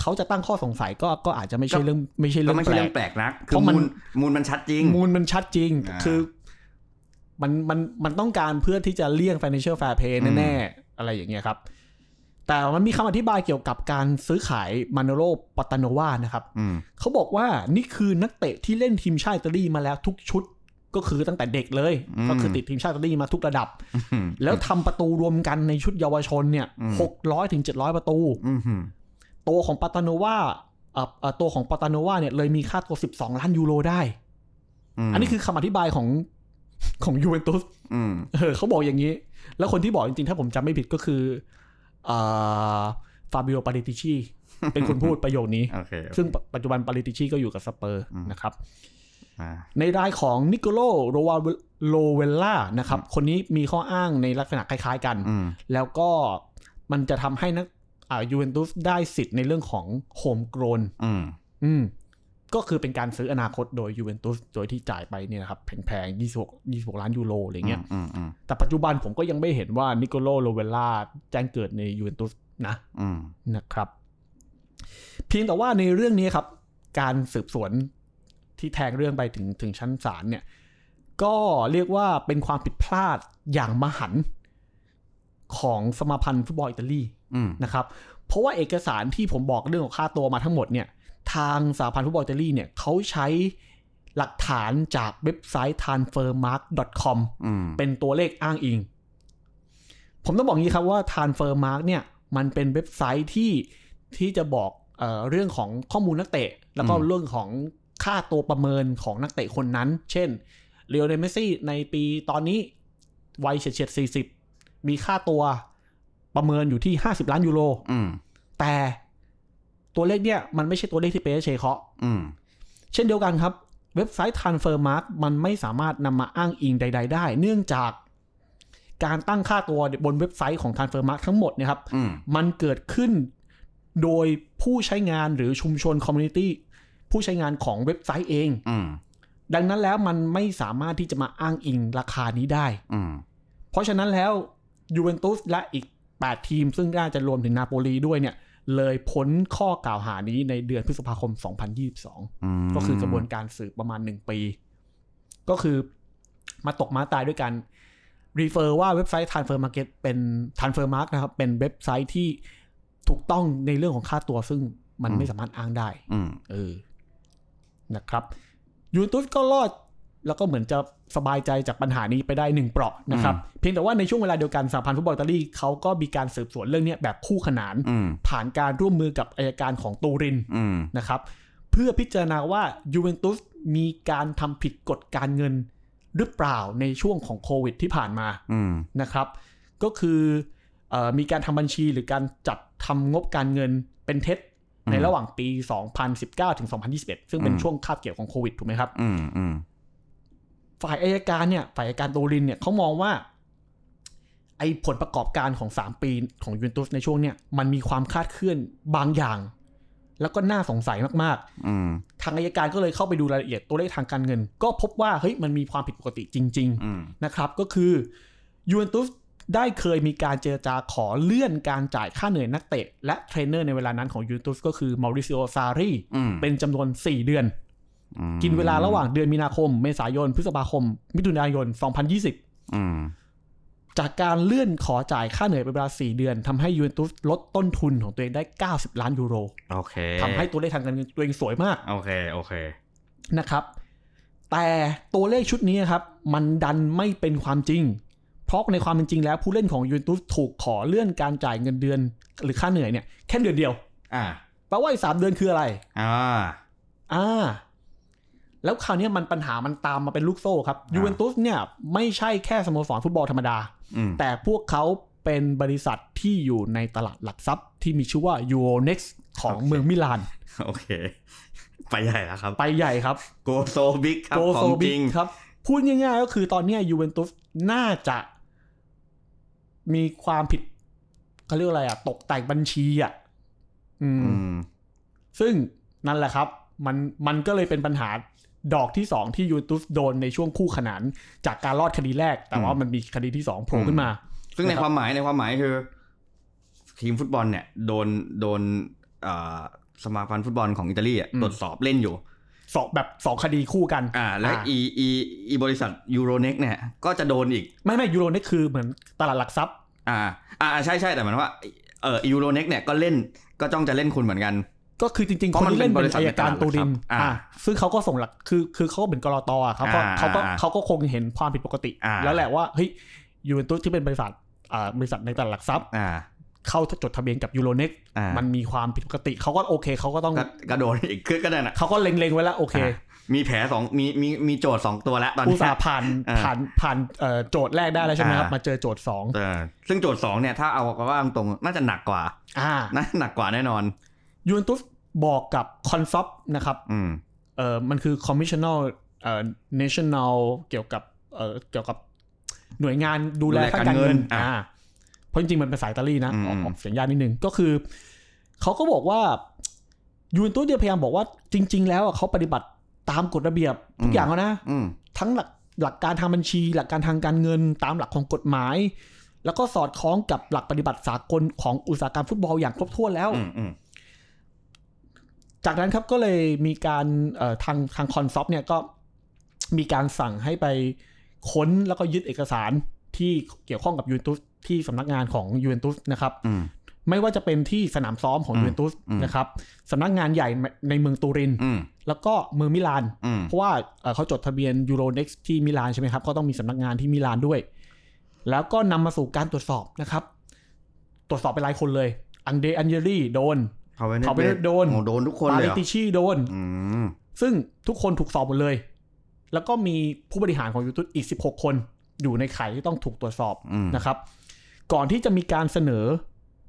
S4: เขาจะตั้งข้อสงสัยก็ก็อาจจะไม่ใช่
S3: ก็
S4: เรื่องไม่ใช่
S3: ก็
S4: เรื่อง
S3: ไม่
S4: แป
S3: ใช่
S4: ล
S3: เรื่อง
S4: ก
S3: แปลกนัก
S4: เพ
S3: คือ
S4: ราะมัน
S3: มูลมูลมันชัดจริง
S4: มูลมันชัดจริง
S3: อ่า
S4: คือ มันมันมันต้องการเพื่อที่จะเลี่ยง financial fair play
S3: อืม
S4: แน่ๆอะไรอย่างเงี้ยครับ แต่มันมีคำอธิบายเกี่ยวกับการซื้อขายมาโนโรปาตาโนวานะครับ
S3: อืม
S4: เขาบอกว่านี่คือนักเตะที่เล่นทีมชาติอิตาลีมาแล้วทุกชุดก็คือตั้งแต่เด็กเลย
S3: อืม
S4: ก็คือติดทีมชาติอิตาลีมาทุกระดับ
S3: อืม
S4: แล้วทำประตูรวมกันในชุดเยาวชนเนี่ย
S3: อืม
S4: หกร้อยถึงเจ็ดร้อยประตู
S3: อืมอืม
S4: ตัวของปาตาโนวาเอ่อเอ่อตัวของปาตาโนวาเนี่ยเลยมีค่าตัว 12 ล้านยูโรได้
S3: ม
S4: อันนี้คือคำอธิบายของ ของยูเวนตุส
S3: ม
S4: เออเขาบอกอย่างนี้ แล้วคนที่บอกจริงๆ ถ้าผมจำไม่ผิดก็คือเอ่อฟาบิโอปาริติชีเป็นคนพูดประโยคนี้
S3: โอเค
S4: ซึ่งปัจจุบันปาริติชีก็อยู่กับสเปอร์
S3: อืม
S4: นะครับ
S3: อ่า
S4: ในรายของนิโคโลโรวาโลเวลล่านะครับ คนนี้มีข้ออ้างในลักษณะคล้ายๆกัน
S3: อืม
S4: แล้วก็มันจะทำให้นักอ่ายูเวนตุสได้สิทธิ์ในเรื่องของโฮมโกรน
S3: อืม
S4: อืม ก็คือเป็นการซื้ออนาคตโดยยูเวนตุสโดยที่จ่ายไปเนี่ยนะครับแพงๆ26 26 ล้านยูโรอะไรเงี้ย
S3: อืมอืม
S4: แต่ปัจจุบันผมก็ยังไม่เห็นว่านิโคโลโรเวลล่าแจ้งเกิดในยูเวนตุสนะ
S3: อืม
S4: นะครับ เพียงแต่ว่าในเรื่องนี้ครับ การสืบสวนที่แทงเรื่องไปถึงถึงชั้นศาลเนี่ย ก็เรียกว่าเป็นความผิดพลาดอย่างมหันต์ของสมาพันธ์ฟุตบอลอิตาลี
S3: อืม
S4: นะครับ เพราะว่าเอกสารที่ผมบอกเรื่องของค่าตัวมาทั้งหมดเนี่ย ทางสหพันธ์ฟุตบอลอิตาลีเนี่ยเขาใช้หลักฐานจากเว็บไซต์ transfermarkt.com
S3: อืม
S4: เป็นตัวเลขอ้างอิง ผมต้องบอกงี้ครับว่า Transfermarkt เนี่ย มันเป็นเว็บไซต์ที่ที่จะบอกเออเรื่องของข้อมูลนักเตะ แล้วก็เรื่องของค่าตัวประเมินของนักเตะคนนั้น เช่นเ e ียวเดเมซี่ในปีตอนนี้วัยเฉียดเฉียดสี่สิบมีค่าตัวประเมินอยู่ที่ 50 ล้านยูโร
S3: อืม
S4: แต่ตัวเลขเนี่ย มันไม่ใช่ตัวเลขที่เปเชเคาะ
S3: อืม
S4: เช่นเดียวกันครับ เว็บไซต์ Transfermarkt มันไม่สามารถนำมาอ้างอิงใด ๆ ได้ เนื่องจากการตั้งค่าตัวบนเว็บไซต์ของ Transfermarkt ทั้งหมดเนะครับ
S3: อืม
S4: มันเกิดขึ้นโดยผู้ใช้งานหรือชุมชนคอมมูนิตี้ผู้ใช้งานของเว็บไซต์เอง
S3: อืม
S4: ดังนั้นแล้วมันไม่สามารถที่จะมาอ้างอิงราคานี้ได้
S3: อืม
S4: เพราะฉะนั้นแล้วยูเวนตุสและอีก 8 ทีม ซึ่งน่าจะรวมถึงนาโปลีด้วยเนี่ย เลยพ้นข้อกล่าวหานี้ในเดือนพฤษภาคม 2022
S3: อืม
S4: ก็คือกระบวนการสืบประมาณหนึ่งปี ก็คือมาตกม้าตายด้วยกัน รีเฟอร์ว่าเว็บไซต์ Transfer Market เป็น Transfer Mark นะครับ เป็นเว็บไซต์ที่ถูกต้องในเรื่องของค่าตัวซึ่งมันไม่สามารถอ้างได้
S3: อืม
S4: เออ นะครับยูเวนตุสก็รอด แล้วก็เหมือนจะสบายใจจากปัญหานี้ไปได้หนึ่งเปราะนะครับ เพียงแต่ว่าในช่วงเวลาเดียวกันสหพันธ์ฟุตบอลอิตาลีเขาก็มีการสืบสวนเรื่องเนี้ยแบบคู่ขนาน
S3: อืม
S4: ผ่านการร่วมมือกับอายการของตูริน
S3: อืม
S4: นะครับเพื่อพิจารณาว่ายูเวนตุสมีการทำผิดกฎการเงินหรือเปล่าในช่วงของโควิดที่ผ่านมา
S3: อืม
S4: นะครับ ก็คือเออมีการทำบัญชีหรือการจัดทำงบการเงินเป็นเท็จในระหว่างปี 2019 ถึง 2021 ซึ่งเป็นช่วงคาบเกี่ยวของโควิดถูกไหมครับ
S3: อืมอืม
S4: ฝ่ายอายการเนี่ยฝ่ายอายการโตรินเนี่ยเขามองว่า ไอ้ผลประกอบการของ 3 ปีของยูเวนตุสในช่วงเนี่ยมันมีความคลาดเคลื่อนบางอย่าง แล้วก็น่าสงสัยมากๆ
S3: อืม
S4: ทางอายการก็เลยเข้าไปดูรายละเอียดตัวเลขทางการเงิน ก็พบว่าเฮ้ยมันมีความผิดปกติจริง
S3: อืม
S4: ๆ นะครับ ก็คือยูเวนตุสได้เคยมีการเจรจาขอเลื่อนการจ่ายค่าเหนื่อยนักเตะ และเทรนเนอร์ในเวลานั้นของยูเวนตุสก็คือมาริซิโอซารี
S3: อืม
S4: เป็นจำนวน 4 เดือน
S3: อืม
S4: กินเวลาระหว่างเดือนมีนาคม เมษายน พฤษภาคม มิถุนายน 2020
S3: อืม
S4: จากการเลื่อนขอจ่ายค่าเหนื่อยเป็นเวลา 4 เดือนทำให้ยูเวนตุสลดต้นทุนของตัวเองได้ 90 ล้านยูโร
S3: โอเค
S4: ทำให้ตัวเลขทางการเงินตัวเองสวยมาก
S3: โอเคโอเค
S4: นะครับ แต่ตัวเลขชุดนี้ครับ มันดันไม่เป็นความจริง เพราะในความเป็นจริงแล้วผู้เล่นของยูเวนตุสถูกขอเลื่อนการจ่ายเงินเดือน หรือค่าเหนื่อยเนี่ยแค่เดือนเดียว
S3: อ่า
S4: แปลว่าอีกสามเดือนคืออะไร
S3: อ่า
S4: อ่า แล้วคราวเนี้ยมันปัญหามันตามมาเป็นลูกโซ่ครับยูเวนตุสเนี่ยไม่ใช่แค่สโมสรฟุตบอลธรรมดา
S3: อืม
S4: แต่พวกเขาเป็นบริษัทที่อยู่ในตลาดหลักทรัพย์ที่มีชื่อว่า Euronext ของเมืองมิลาน
S3: โอเค ไปใหญ่แล้วครับ
S4: ไปใหญ่ครับ
S3: โกโซบิกครับ
S4: โก
S3: ข
S4: โซ
S3: องจ
S4: บิ
S3: ริ
S4: ก
S3: ง
S4: ครับ พูดง่ายๆก็คือตอนเนี้ยูเวนตุสน่าจะ มีความผิดเขาเรียกอะไรอะตกแต่งบัญชีอะอืม
S3: อืม
S4: ซึ่งนั่นแหละครับ มันมันก็เลยเป็นปัญหาดอกที่สองที่ยูเวนตุสโดนในช่วงคู่ขนาน จากการรอดคดีแรก แต่ว่ามันมีคดีที่สองโผล่ขึ้นมา
S3: ซึ่งในความหมายในความหมายคือ ทีมฟุตบอลเนี่ย โดนโดนเอ่อสมาพันธ์ฟุตบอลของอิตาลีอะ
S4: อืม
S3: ตรวจสอบเล่นอยู่
S4: สองแบบสองคดีคู่กัน
S3: อ่า และ
S4: อ่า
S3: อีอีอีบริษัทยูโรเน็กเนี่ย ก็จะโดนอีก
S4: ไม่ไม่ยูโรนี่คือเหมือนตลาดหลักทรัพย์
S3: อ่า อ่าใช่ใช่แต่หมายความว่า เอ่อยูโรเน็กเนี่ยก็เล่นก็จ้องจะเล่นคุณเหมือนกัน
S4: ก็คือจริงๆ
S3: เพ
S4: คน
S3: ราะมัน
S4: ที่เล่น
S3: เป็นบ
S4: เป็
S3: ริ
S4: น
S3: ษัท
S4: อายการ
S3: ในตลาด
S4: ตูดิน
S3: หลักทรัพย์อ่า
S4: อ่าซึ่งเขาก็ส่งหลักคือคือเขาก็เป็นกรอตอ่ะครับก็
S3: อ่า
S4: เขาก็
S3: อ่า
S4: เขาก็คงเห็นความผิดปกติ
S3: อ่า
S4: แล้วแหละว่าเฮ้ยยูเวนตุสที่เป็นบริษัทอ่าบริษัทในตลาดหลักทรัพย์
S3: อ่า
S4: เข้าจดทะเบียนกับยูโรเน็ก
S3: อ่ามั
S4: มันมีความผิดปกติเขาก็โอเคเขาก็ต้อง
S3: ก็กระโดดอีกขึ้นก็ได้นะ
S4: เขาก็เล็งๆไว้แล้วโอเค
S3: อ่ะมีแผลสองมีมีมีโจทย์สองตัวแล้วตอน
S4: อุ
S3: นี้
S4: ตสาห์ผ่าน
S3: อ่า
S4: ผ่านผ่านเอ่อโจทย์แรกได้แล้วใช่ไหมครับ
S3: อ่าม
S4: มาเจอโจทย์สอง
S3: เออซึ่งโจทย์สองเนี่ยถ้าเอาว่าตรงๆน่าจะหนักกว่า
S4: อ่า
S3: น่าหนักกว่าแน่นอน
S4: ยูเวนตุสบอกกับคอนซอปนะครับ
S3: อืม
S4: เอ่อมันคือ Commissional เอ่อ National เกี่ยวกับเอ่อเกี่ยวกับหน่วยงานดูแล
S3: ดูแล
S4: ทางการ
S3: กา
S4: เงิน
S3: รเงินอ่ะ
S4: อ่าเพราะจริงๆ มันเป็นสายอิตาลีนะ
S3: อืม
S4: ออก
S3: อืม
S4: ออกเสียงยากนิดนึง ก็คือ เขาก็บอกว่ายูเวนตุสเนี่ยพยายามบอกว่าจริง ๆ แล้วอ่ะเขาปฏิบัติตามกฎระเบียบทุกอย่างแล้วนะ
S3: อืม
S4: ทั้งหลักหลักการทางบัญชี หลักการทางการเงินตามหลักของกฎหมาย แล้วก็สอดคล้องกับหลักปฏิบัติสากลของอุตสาหกรรมฟุตบอลอย่างครบถ้วนแล้ว
S3: อืมอืม
S4: จากนั้นครับก็เลยมีการเอ่อทางทางคอนซอฟเนี่ยก็มีการสั่งให้ไปค้นแล้วก็ยึดเอกสารที่เกี่ยวข้องกับยูเวนตุสที่สำนักงานของยูเวนตุสนะครับ
S3: อืม
S4: ไม่ว่าจะเป็นที่สนามซ้อมของ
S3: อืม
S4: ยูเวนตุส
S3: อืม
S4: นะครับสำนักงานใหญ่ในเมืองตูริน
S3: อืม
S4: แล้วก็เมืองมิลาน
S3: อืม
S4: เพราะว่าเอ่อเขาจดทะเบียนยูโรเน็กที่มิลานใช่ไหมครับ ก็ต้องมีสำนักงานที่มิลานด้วย แล้วก็นำมาสู่การตรวจสอบนะครับ ตรวจสอบไปหลายคนเลย อังเดอันเยรี่โดน
S3: เขาไป
S4: เขาไปโดน
S3: โดนทุกคน
S4: ปา
S3: เลย
S4: ลิ
S3: เหรอ
S4: ติชีโดน
S3: อืม
S4: ซึ่งทุกคนถูกสอบหมดเลย แล้วก็มีผู้บริหารของยูทูบอีก 16 คนอยู่ในข่ายที่ต้องถูกตรวจสอบ
S3: อืม
S4: นะครับ ก่อนที่จะมีการเสนอ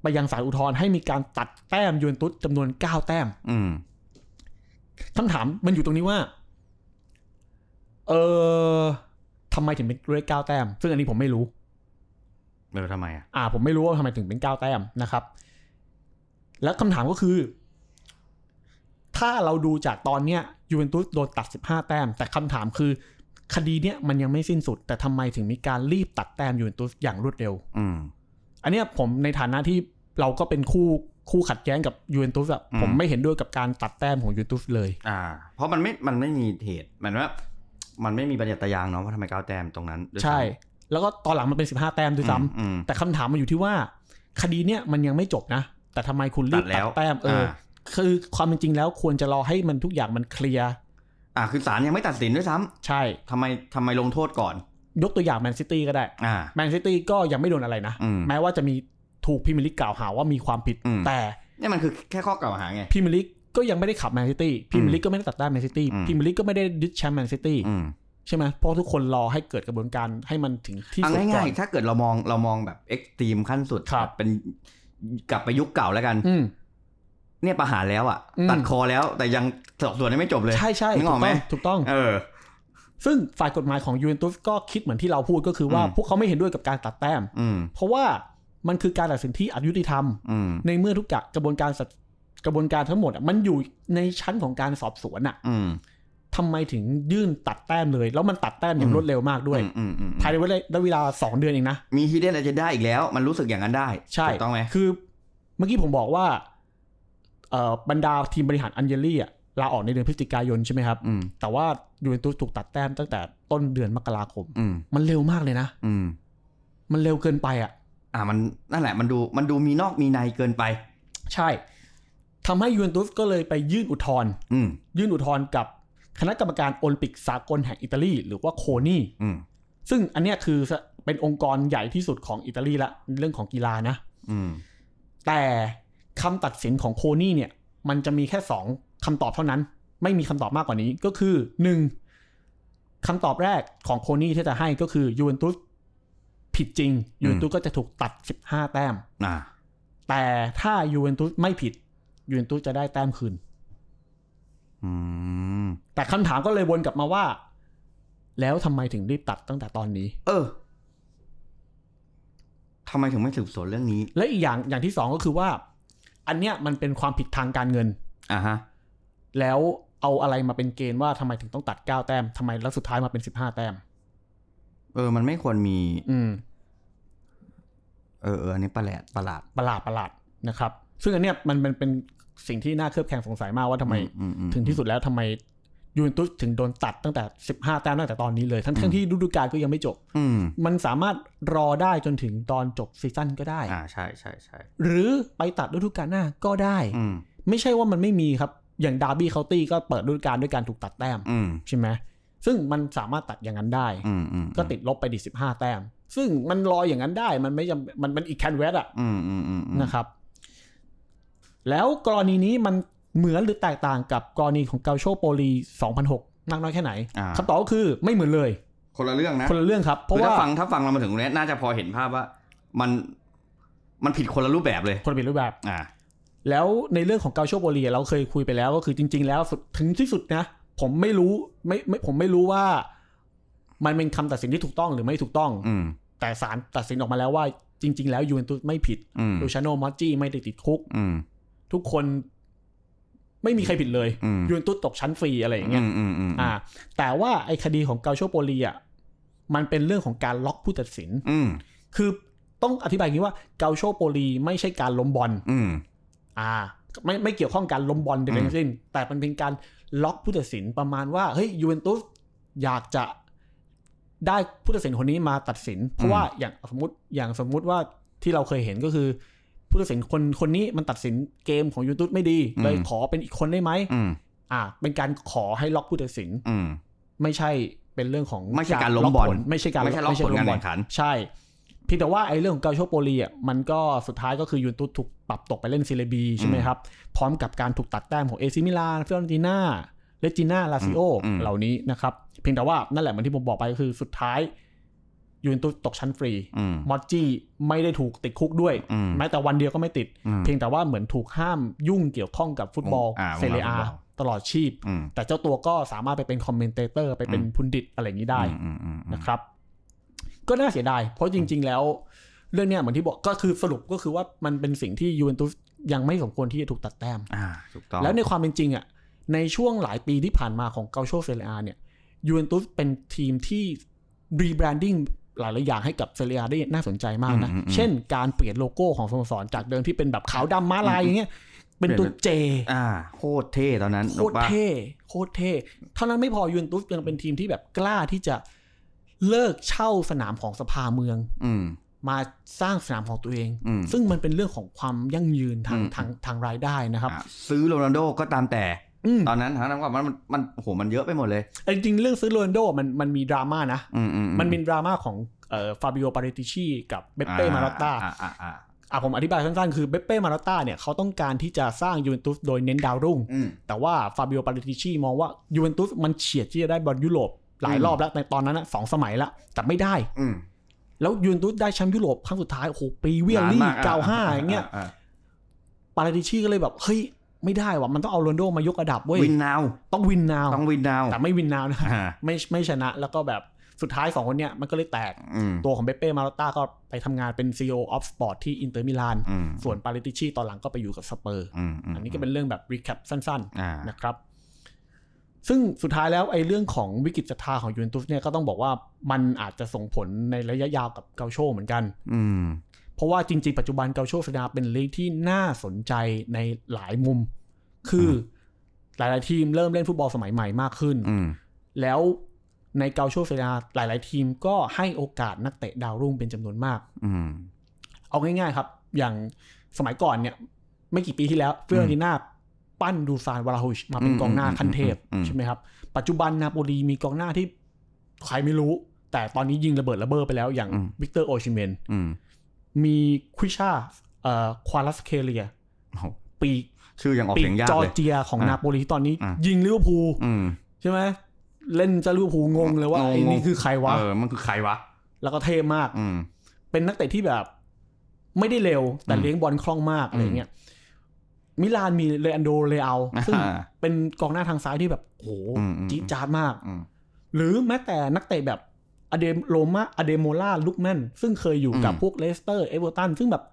S4: ไปยังศาลอุทธรณ์ให้มีการตัดแต้มยูเวนตุสจำนวน 9 แต้ม
S3: อืม
S4: คำถามมันอยู่ตรงนี้ว่า เออทำไมถึงเป็นด้วยเก้าแต้ม ซึ่งอันนี้ผมไม่รู้
S3: เออทำไมอ่ะ
S4: อ่า ผมไม่รู้ว่าทำไมถึงเป็นเก้าแต้มนะครับ แล้วคำถามก็คือ ถ้าเราดูจากตอนเนี้ยยูเวนตุสโดนตัด 15 แต้ม แต่คำถามคือ คดีเนี้ยมันยังไม่สิ้นสุด แต่ทำไมถึงมีการรีบตัดแต้มยูเวนตุสอย่างรวดเร็ว
S3: อืม
S4: อันเนี้ยผมในฐานะที่เราก็เป็นคู่คู่ขัดแย้งกับยูเวนตุสอะ
S3: อืม
S4: ผมไม่เห็นด้วยกับการตัดแต้มของยูเวนตุสเลย
S3: อ่า เพราะมันไม่ มันไม่มีเหตุหมายถึงว่า มันไม่มีบรรยัติยางเนาะว่าทำไมก้าวแต้มตรงนั้นด้วยซ้ำ
S4: ใช่ แล้วก็ตอนหลังมันเป็น 15 แต้มด้วยซ้ำ
S3: อืม
S4: แต่คำถามมันอยู่ที่ว่า คดีเนี่ยมันยังไม่จบนะ แต่ทำไมคุณรีบ
S3: ตัดแล้
S4: ตัว ดแต้มเอออา คือความเป็นจริงแล้วควรจะรอให้มันทุกอย่างมันเคลียร์
S3: อ่า คือศาลยังไม่ตัดสินด้วยซ้ำ
S4: ใช่
S3: ทำไมทำไมลงโทษก่อน
S4: ยกตัวอย่างแมนซิตี้ก็ได้
S3: อ่า
S4: แมนซิตี้ก็ยังไม่โดนอะไรนะ
S3: อืม
S4: แม้ว่าจะมีถูกพิมยร์ลิกกล่าวหาว่ามีความผิด
S3: อืม
S4: แต่
S3: เนี่ยมันคือแค่ข้อกล่าวหาไง
S4: พิมยร์ลิกก็ยังไม่ได้ขับแมนซิตี้พิมยร์ลิกก็ไม่ได้ตัดแต้มแมนซิตี้
S3: อืม
S4: พิมยร์ลิกก็ไม่ได้ยึดแชมป์แมนซิตี้
S3: อืม
S4: ใช่ไหมเพราะทุกคนรอให้เกิดกระบวนการให้มันถึงที่
S3: เอา
S4: สุดก่อ
S3: ง่าย
S4: น
S3: ๆ ถ้าเกิดเรามอง เรามองแบบเอ็กซ์ตรีมขั้นสุด
S4: ครับ
S3: แบบเป็นกลับไปยุคเก่าแล้วกัน
S4: อืม
S3: เนี่ยประหารแล้วอ่ะ
S4: อืม
S3: ตัดคอแล้ว แต่ยังสอบสวนยังไม่จบเลย
S4: ใช่ใช่
S3: นึกออกไหม
S4: ถูกต้อง
S3: เออ
S4: ซึ่งฝ่ายกฎหมายของยูเวนตุสก็คิดเหมือนที่เราพูดก็คือว่า
S3: อืม
S4: พวกเขาไม่เห็นด้วยกับการตัดแต้ม
S3: อืม
S4: เพราะว่ามันคือการตัดสินที่อยุติธรรม
S3: อืม
S4: ในเมื่อทุกอย่างกระบวนการสัตกระบวนการทั้งหมดอะมันอยู่ในชั้นของการสอบสวนอะ
S3: อืม
S4: ทำไมถึงยื่นตัดแต้มเลย แล้วมันตัดแต้มอย่าง
S3: อืม
S4: รวดเร็วมากด้วย
S3: อืมอืมอืม
S4: ภายในเวลาสองเดือนเองนะ
S3: มี hidden agenda อีกแล้ว มันรู้สึกอย่างนั้นได้
S4: ใช่
S3: ถูกต้องไหม
S4: คือเมื่อกี้ผมบอกว่าเอ่อบรรดาทีมบริหารอันเยลลี่อะลาออกในเดือนพฤศจิกายนใช่ไหมครับ
S3: อืม
S4: แต่ว่ายูเวนตุสถูกตัดแต้มตั้งแต่ต้นเดือนมกราคม
S3: อืม
S4: มันเร็วมากเลยนะ
S3: อืม
S4: มันเร็วเกินไปอ่ะ
S3: อ่ามันนั่นแหละ มันดูมันดูมีนอกมีในเกินไป
S4: ใช่ทำให้ยูเวนตุสก็เลยไปยื่นอุทธรณ์
S3: อืม
S4: ยื่นอุทธรณ์กับคณะกรรมการโอลิมปิกสากลแห่งอิตาลีหรือว่าโคนี่
S3: อืม
S4: ซึ่งอันเนี้ยคือเป็นองค์กรใหญ่ที่สุดของอิตาลีละเรื่องของกีฬานะ
S3: อืม
S4: แต่คำตัดสินของโคนี่เนี่ย มันจะมีแค่ 2คำตอบเท่านั้น ไม่มีคำตอบมากกว่านี้ก็คือ 1คำตอบแรกของโคนี่ที่จะให้ก็คือยูเวนตุสผิดจริงยูเวนตุสก็จะถูกตัด 15 แต้ม
S3: อ่า
S4: แต่ถ้ายูเวนตุสไม่ผิดยูเวนตุสจะได้แต้มคืน
S3: อืม
S4: แต่คำถามก็เลยวนกลับมาว่า แล้วทำไมถึงรีบตัดตั้งแต่ตอนนี้
S3: เออทำไมถึงไม่สืบสวนเรื่องนี้
S4: และอีกอย่างอย่างที่สองก็คือว่า อันเนี้ยมันเป็นความผิดทางการเงิน
S3: อ่าฮะ
S4: แล้วเอาอะไรมาเป็นเกณฑ์ว่าทำไมถึงต้องตัด 9 แต้มทำไมแล้วสุดท้ายมาเป็น 15 แต้ม
S3: เออ มันไม่ควรมี
S4: อืม
S3: เออเอออันนี้ประหลาดประหลาด
S4: ประหลาดประหลาดนะครับ ซึ่งอันเนี้ยมันมันเป็นสิ่งที่น่าเคลือบแคลงสงสัยมากว่าทำไม
S3: อืมอืมอืม
S4: ถึงที่สุดแล้วทำไม ยูเวนตุสถึงโดนตัดตั้งแต่ 15 แต้มตั้งแต่ตอนนี้เลย ทั้งทั้งที่ฤดูกาลก็ยังไม่จบ
S3: อืม
S4: มันสามารถรอได้จนถึงตอนจบซีซั่นก็ได้
S3: อ่าใช่ใช่ใช่
S4: หรือไปตัดฤดูกาลหน้าก็ได้
S3: อืม
S4: ไม่ใช่ว่ามันไม่มีครับ อย่างดาร์บี้เคาน์ตี้ก็เปิดฤดูกาลด้วยการถูกตัดแต้ม
S3: อืม
S4: ใช่ไหมซึ่งมันสามารถตัดอย่างนั้นได้
S3: อืมอืม
S4: ก็ติดลบไปดิ15 แต้ม ซึ่งมันลอยอย่างนั้นได้ มันไม่จำมันมันอีกแคนเวสอะ
S3: อืมอืมอืมอืม
S4: นะครับ แล้วกรณีนี้มันเหมือนหรือแตกต่างกับกรณีของเกาโชโปลี 2006 นักน้อยแค่ไหน
S3: อ่า
S4: คำตอบก็คือไม่เหมือนเลย
S3: คนละเรื่องนะ
S4: คนละเรื่องครับ เพราะ
S3: คือ
S4: ว่า
S3: ถ้าฟังถ้าฟังเรามาถึงตรงเนี้ยน่าจะพอเห็นภาพว่า มันมันผิดคนละรูปแบบเลย
S4: คนละเป็นรูปแบบ
S3: อ่า
S4: แล้วในเรื่องของเกาโชโปลีเราเคยคุยไปแล้วก็คือจริง ๆ แล้วสุดถึงที่สุดนะ ผมไม่รู้ไม่ไม่ผมไม่รู้ว่า มันเป็นคำตัดสินที่ถูกต้องหรือไม่ถูกต้อง
S3: อืม
S4: แต่ศาลตัดสินออกมาแล้วว่าจริง ๆ แล้วยูเวนตุสไม่ผิด
S3: อืม
S4: ลูชาโนมอจจี้ไม่ได้ติดคุก
S3: อืม
S4: ทุกคนไม่มีใครผิดเลย
S3: อืม
S4: ยูเวนตุสตกชั้นฟรีอะไรอย่างเงี้ย
S3: อืมอืมอืม
S4: อ่าแต่ว่าไอ้คดีของเกาโชโปลีอ่ะมันเป็นเรื่องของการล็อกผู้ตัดสิน
S3: อืม
S4: คือต้องอธิบายอย่างนี้ว่าเกาโชโปลีไม่ใช่การล้มบอล
S3: อืม
S4: อ่าไม่ไม่เกี่ยวข้องการล้มบอลใด
S3: อื
S4: ๆ
S3: ม
S4: ทั้งสิ้น แต่มันเป็นการล็อกผู้ตัดสินประมาณว่าเฮ้ยยูเวนตุสอยากจะได้ผู้ตัดสินคนนี้มาตัดสิน เพราะว่าอย่างสมมติอย่างสมมุติว่าที่เราเคยเห็นก็คือ ผู้ตัดสินคนคนนี้มันตัดสินเกมของยูเวนตุสไม่ดี เลยขอเป็นอีกคนได้ไหม
S3: อืม
S4: อ่า เป็นการขอให้ล็อกผู้ตัดสิน
S3: อืม
S4: ไม่ใช่เป็นเรื่องของ
S3: ไม่ใช่การล้มบอล
S4: กผไม่ใช่การ
S3: ไม่ใช่ล็อกผลการแข่งขัน
S4: ใช่เพียงแต่ว่าไอ้เรื่องของเกาโชโปลีอ่ะมันก็สุดท้ายก็คือยูเวนตุสถูกปรับตกไปเล่นซีเรบีใช่ไหมครับ พร้อมกับการถูกตัดแต้มของเอซิมิลานเฟอร์นติน่าเลจิน่าลาซิโอ
S3: อืม
S4: เหล่านี้นะครับ เพียงแต่ว่านั่นแหละเหมือนที่ผมบอกไปก็คือสุดท้ายยูเวนตุสตกชั้นฟรี
S3: อืม
S4: มอตจี้ไม่ได้ถูกติดคุกด้วย
S3: อืม
S4: แม้แต่วันเดียวก็ไม่ติด
S3: อืม
S4: เพียงแต่ว่าเหมือนถูกห้ามยุ่งเกี่ยวข้องกับฟุตบอล
S3: อ่าวงการ
S4: เซเรีย
S3: ฟุตบอล
S4: ตลอดชีพ
S3: อืม
S4: แต่เจ้าตัวก็สามารถไปเป็นคอมเมนเตเตอร์ไปเป็น
S3: อืม
S4: พุนดิตอะไรอย่างนี้ได้
S3: อืมอืมอืม
S4: นะครับ ก็น่าเสียดาย เพราะจริง ๆ แล้ว เรื่องเนี้ยเหมือนที่บอกก็คือสรุปก็คือว่ามันเป็นสิ่งที่ยูเวนตุสยังไม่สมควรที่จะถูกตัดแต้ม
S3: อ่าถูกต้อง
S4: แล้วในความเป็นจริงอ่ะในช่วงหลายปีที่ผ่านมาของเกาโชเซเรียเนี่ยยูเวนตุสเป็นทีมที่รีแบรนดิ้งหลายๆอย่างให้กับเซเรียได้น่าสนใจมากนะเช่นการเปลี่ยนโลโก้ของสโมสรจากเดิมที่เป็นแบบขาวดำม้าลายอย่างเงี้ยเป็นตัวเจ
S3: อ่าโคตรเท่ตอนนั้น
S4: โคตร
S3: ถูกปะ
S4: เท่โคตรเท่เท่านั้นไม่พอยูเวนตุสยังเป็นทีมที่แบบกล้าที่จะเลิกเช่าสนามของสภาเมือง
S3: อืม
S4: มาสร้างสนามของตัวเอง
S3: อืม
S4: ซึ่งมันเป็นเรื่องของความยั่งยืนทาง
S3: อืม
S4: ทางทางรายได้นะครับ
S3: อ่ะซื้อโรนัลโดก็ตามแต่
S4: อืม
S3: ตอนนั้นทางนั้นว่ามันมันโอ้โหมันเยอะไปหมดเลย
S4: แต่จริงๆเรื่องซื้อโรนลโดมันมันมีดราม่านะ
S3: อืมอืม
S4: มันมีดราม่าของเอ่อฟาบิโอปาเรติชีกับเบปเป้มาราตา
S3: อ่อ่อ่า
S4: อ่ะผมอธิบายสั้นๆคือเบปเป้มาราตาเนี่ยเขาต้องการที่จะสร้างยูเวนตุสโดยเน้นดาวรุ่ง
S3: อืม
S4: แต่ว่าฟาบิโอปาริติชีมองว่ายูเวนตุสมันเฉียดที่จะได้บอลยุโรปหลาย
S3: อืม
S4: รอบแล้วในตอนนั้นน่ะสองสมัยละแต่ไม่ได้
S3: อืม
S4: แล้วยูเวนตุสได้แชมป์ยุโรปครั้งสุดท้ายโอ้โหปีเวียรี่
S3: นนม
S4: เก้าห้าอย่างเงี้ย
S3: อ่ะ
S4: ปาริติชีก็เลยแบบ เฮ้ย ไม่ได้ว่ะมันต้องเอาโรนลโดมายกระดับเว้ย
S3: วินนาว
S4: ต้องวินนาว
S3: ต้องวินนาว
S4: แต่ไม่วินนาวนะ
S3: อ่า
S4: ไม่ไม่ชนะ แล้วก็แบบสุดท้ายสองคนเนี้ยมันก็เลยแตก
S3: อืม
S4: ตัวของเบเป้มาราต้าก็ไปทำงานเป็น CEO of Sport ที่อินเตอร์มิลาน
S3: อืม
S4: ส่วนปาริติชีตอนหลังก็ไปอยู่กับสเปอร์
S3: อืมม
S4: อันนี้ก็เป็นเรื่องแบบรีแคปสั้น ๆ
S3: อ่า
S4: นะครับ ซึ่งสุดท้ายแล้วไอ้เรื่องของวิกฤตศรัทธาของยูเวนตุสเนี่ยก็ต้องบอกว่ามันอาจจะส่งผลในระยะยาวกับเกาโชเหมือนกัน
S3: อืม
S4: เพราะว่าจริงๆ ปัจจุบันเกาโชสดาเป็นลีกที่น่าสนใจในหลายมุม คือหลายๆทีมเริ่มเล่นฟุตบอลสมัยใหม่มากขึ้น
S3: อืม
S4: แล้วในเกาโชสดาหลาย ๆ ทีมก็ให้โอกาสนักเตะดาวรุ่งเป็นจำนวนมาก
S3: อืม
S4: เอาง่ายๆครับ อย่างสมัยก่อนเนี่ย ไม่กี่ปีที่แล้วเฟอร์นินาปั้นดูซานวาราฮุชมาเป็น
S3: อืม
S4: กองหน้าขั้นเทพ
S3: อืม
S4: ใช่ไหมครับ ปัจจุบันนาโปลีมีกองหน้าที่ใครไม่รู้ แต่ตอนนี้ยิงระเบิดระเบ้อไปแล้วอย่างวิกเตอร์โอชิเมน
S3: อืม
S4: มีควิชาเอ่อควาลัสเคเลีย
S3: โอ้โห
S4: ปีก
S3: ชื่อยังออก
S4: ปีก
S3: เสียงยาก
S4: จอ
S3: เล
S4: ร์
S3: ย
S4: เจียของ
S3: อ่ะ
S4: นาโปลีที่ตอนนี้
S3: อ่ะ
S4: ยิงลิเวอร์พูล
S3: อืม
S4: ใช่ไหมเล่นจะลิเวอร์พูลงงเลยว่าไอ้
S3: งง
S4: นี่คือใครวะ
S3: เออมันคือใครวะ
S4: แล้วก็เท่มาก
S3: อืม
S4: เป็นนักเตะที่แบบไม่ได้เร็วแต่
S3: อืม
S4: เลี้ยงบอลคล่องมากอะไรเงี้ยมิลานมีเลอันโดเลอาซึ่ง
S3: อ่า
S4: เป็นกองหน้าทางซ้ายที่แบบโอ้โห
S3: อืมอืม
S4: จี๊ดจ๊าดมาก
S3: อืม
S4: หรือแม้แต่นักเตะแบบอเดมโรมาอเดโมล่าลุกแมนซึ่งเคยอยู่กับ
S3: อืม
S4: พวกเลสเตอร์เอเวอร์ตันซึ่งแบบ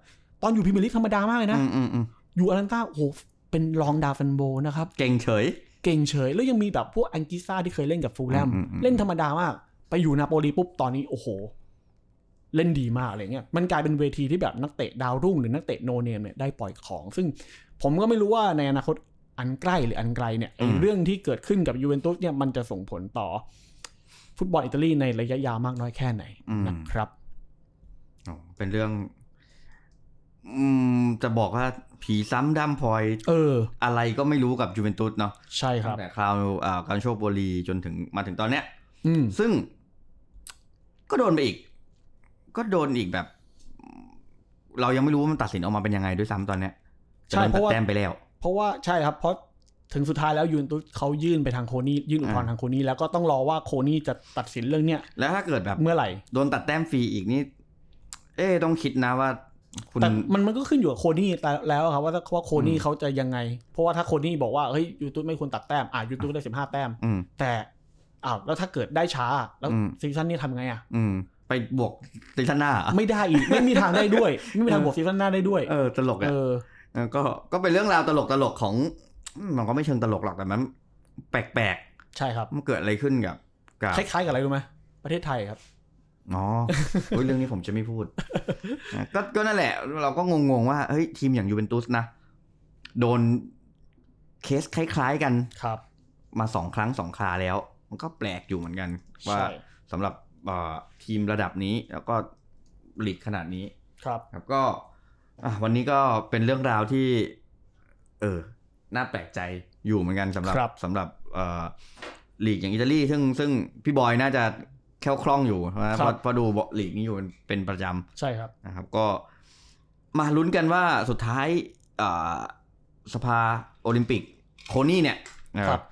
S4: ตอนอยู่พรีเมียร์ลีกธรรมดามากเลยนะ
S3: อืมอืมอืม
S4: อยู่อลันต้าโอ้โหเป็นรองดาฟันโบนะครับ
S3: เก่งเฉย
S4: เก่งเฉย แล้วยังมีแบบพวกอังกิซ่าที่เคยเล่นกับฟูลแลม
S3: อืมอืมอืม
S4: เล่นธรรมดามาก ไปอยู่นาโปลีปุ๊บตอนนี้โอ้โห เล่นดีมากอะไรเงี้ยมันกลายเป็นเวทีที่แบบนักเตะดาวรุ่งหรือนักเตะโนเนมเนี่ยได้ปล่อยของ ซึ่งผมก็ไม่รู้ว่าในอนาคต อันใกล้หรืออันไกลเนี่ยไอ้
S3: อืม
S4: เรื่องที่เกิดขึ้นกับยูเวนตุสเนี่ยมันจะส่งผลต่อ ฟุตบอลอิตาลีในระยะยาวมากน้อยแค่ไหนนะครับ
S3: อ๋อเป็นเรื่อง อืม จะบอกว่าผีซ้ำด้ามพลอย
S4: เออ
S3: อะไรก็ไม่รู้กับยูเวนตุสเนาะ
S4: ใช่ค
S3: ตั้
S4: รับ
S3: งแต่คราวอ่าการโชคโบลีจนถึงมาถึงตอนเนี้ย
S4: อืม
S3: ซึ่งก็โดนไปอีก ก็โดนอีกแบบ เรายังไม่รู้ว่ามันตัดสินออกมาเป็นยังไงด้วยซ้ำตอนเนี้ย
S4: ใช่
S3: แต่มัน
S4: เพ
S3: ตัด
S4: ราะว่า
S3: แต้มไปแล้ว
S4: เพราะว่าใช่ครับ เพราะถึงสุดท้ายแล้วยูเวนตุสเขายื่นไปทางโคนี่ยื่นอุทธรณ์
S3: อ่า
S4: ทางโคนี่แล้วก็ต้องรอว่าโคนี่จะตัดสินเรื่องเนี้ย
S3: แล้วถ้าเกิดแบบ
S4: เมื่อไหร่
S3: โดนตัดแต้มฟรีอีกนี่ เอ๊ะต้องคิดนะว่า คุณ
S4: แต่มันมันก็ขึ้นอยู่กับโคนี่แต่แล้วครับว่าว่าโคนี่เขาจะยังไง เพราะว่าถ้าโคนี่บอกว่าเฮ้ยยูทูบไม่ควรตัดแต้มอ่ะยูทูบได้สิบห้าแต้ม
S3: อืม
S4: แต่อ้าวแล้วถ้าเกิดได้ช้าแล้ว
S3: อืม
S4: ซีซั่นนี้ทำไงอ่ะ
S3: อืม ไปบวกซีซั่นหน้าเหรอ
S4: ไม่ได้ อีก ไม่มีทางได้ด้วย ไม่มีทางบวกซีซั่นหน้าได้ด้วย
S3: เออ ตลก
S4: เอ
S3: อ่ะ
S4: อ
S3: เออก็ก็เป็นเรื่องราวตลกตลกๆของอืมมันก็ไม่เชิงตลกหรอกแต่มัน แปลก
S4: ใช่ครับ
S3: ๆมันเกิดอะไรขึ้นกับกับ
S4: คล้ายๆกับอะไรรู้ไหมประเทศไทยครับ
S3: อ๋อเฮ้ยเรื่องนี้ผมจะไม่พูดอ่ะก็ก็นั่นแหละ เราก็งงๆว่าเฮ้ยทีมอย่างยูเวนตุสนะ โดนเคสคล้ายๆกัน
S4: ครับ
S3: มาสองครั้งสองคราแล้ว มันก็แปลกอยู่เหมือนกันว่า
S4: ใช่
S3: สำหรับเอ่อทีมระดับนี้แล้วก็ลีกขนาดนี้
S4: ครับ
S3: ครับก็อ่ะวันนี้ก็เป็นเรื่องราวที่ เออน่าแปลกใจอยู่เหมือนกันสำหรับ
S4: ครับ
S3: สำหรับเอ่อลีกอย่างอิตาลีซึ่งซึ่งพี่บอยน่าจะแคล่วคล่องอยู่นะเพราะเพราะดูลีกนี้อยู่เป็นเป็นประจ
S4: ใช่ครับ
S3: ำนะครับ ก็มาลุ้นกันว่าสุดท้ายเอ่อสภาโอลิมปิกโคนี่เนี่ยนะค
S4: ครั
S3: รับบ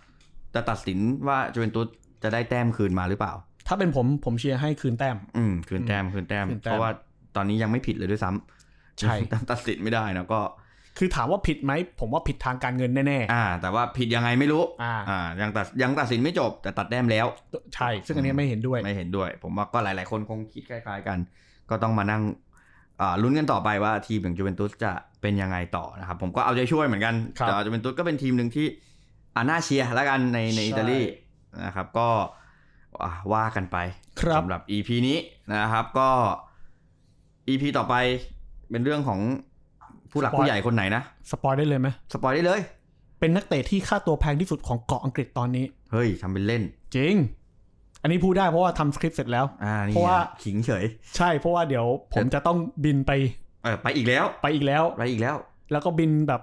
S3: จะตัดสินว่าจูเวนตุสจะได้แต้มคืนมาหรือเปล่า
S4: ถ้าเป็นผมผมเชียร์ให้คืนแต้ม
S3: อืมคืนแต้มคืนแต้ม
S4: คืนแต้ม
S3: เพราะว่าตอนนี้ยังไม่ผิดเลยด้วยซ้ำ
S4: ใช่
S3: ตามตัดสินไม่ได้นะก็
S4: คือถามว่าผิดไหมผมว่าผิดทางการเงินแน่
S3: อ่า แต่ว่าผิดยังไงไม่รู้
S4: ๆอ่า
S3: อ่า ยังตัดยังตัดสินไม่จบ แต่ตัดแต้มแล้ว
S4: ใช่ ซึ่งอันเนี้ยไม่เห็นด้วย
S3: ไม่เห็นด้วย ผมว่าก็หลาย ๆ คนคงคิดคล้าย ๆ กัน ก็ต้องมานั่งอ่าลุ้นกันต่อไปว่าทีมอย่างจูเวนตุสจะเป็นยังไงต่อนะครับ ผมก็เอาใจช่วยเหมือนกัน
S4: ครับ
S3: แต่จูเวนตุสก็เป็นทีมหนึ่งที่อ่าน่าเชียร์แล้วกันในใน
S4: ใช่
S3: อิตาลีนะครับ ก็อ่าว่ากันไป
S4: ครับ
S3: สำหรับ EP นี้นะครับก็ EP ต่อไปเป็นเรื่องของผู้หลักผู้ใหญ่คนไหนนะ
S4: สปอยได้เลยไหม
S3: สปอยได้เลย
S4: เป็นนักเตะที่ค่าตัวแพงที่สุดของเกาะอังกฤษตอนนี้
S3: เฮ้ยทำเป็นเล่น
S4: จริง อันนี้พูดได้เพราะว่าทำสคริปต์เสร็จแล้ว
S3: อ่านี่
S4: เพราะว่า
S3: ขิงเฉย
S4: ใช่เพราะว่าเดี๋ยวผมจะต้องบินไป
S3: เออไปอีกแล้ว
S4: ไปอีกแล้ว
S3: ไปอีกแล้ว
S4: แล้วก็บินแบบ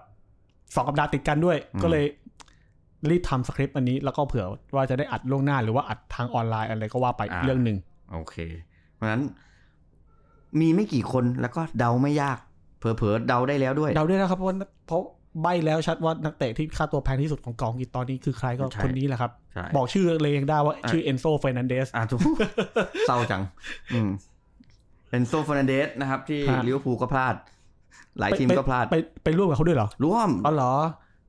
S4: สองสัปดาห์ติดกันด้วย
S3: อืม
S4: ก็เลยรีบทำสคริปต์อันนี้ แล้วก็เผื่อว่าจะได้อัดล่วงหน้าหรือว่าอัดทางออนไลน์อะไรก็ว่าไปอีกเรื่องหนึ่ง
S3: โอเค เพราะฉะนั้นมีไม่กี่คนแล้วก็เดาไม่ยาก เผลอๆเดาได้แล้วด้วย
S4: เดาด้วยนะครับเพราะว่าเพราะใบแล้วชัดว่านักเตะที่ค่าตัวแพงที่สุดของกองกีตอนนี้คือใครก็
S3: ใช่
S4: คนนี้แหละครับ
S3: ใช่
S4: บอกชื่อเลยยังได้ว่าชื่อเอนโซเฟรนันเดส
S3: อ่ะถูก เศร้าจัง อืมเป็นโซฟานาเดสนะครับ ที่
S4: ฮะ
S3: ลิเวอร์พูลก็พลาด หลายทีมก็พลาด
S4: ไปไปร่วมกับเขาด้วยเหรอ
S3: ร่วม
S4: อ๋อเหรอ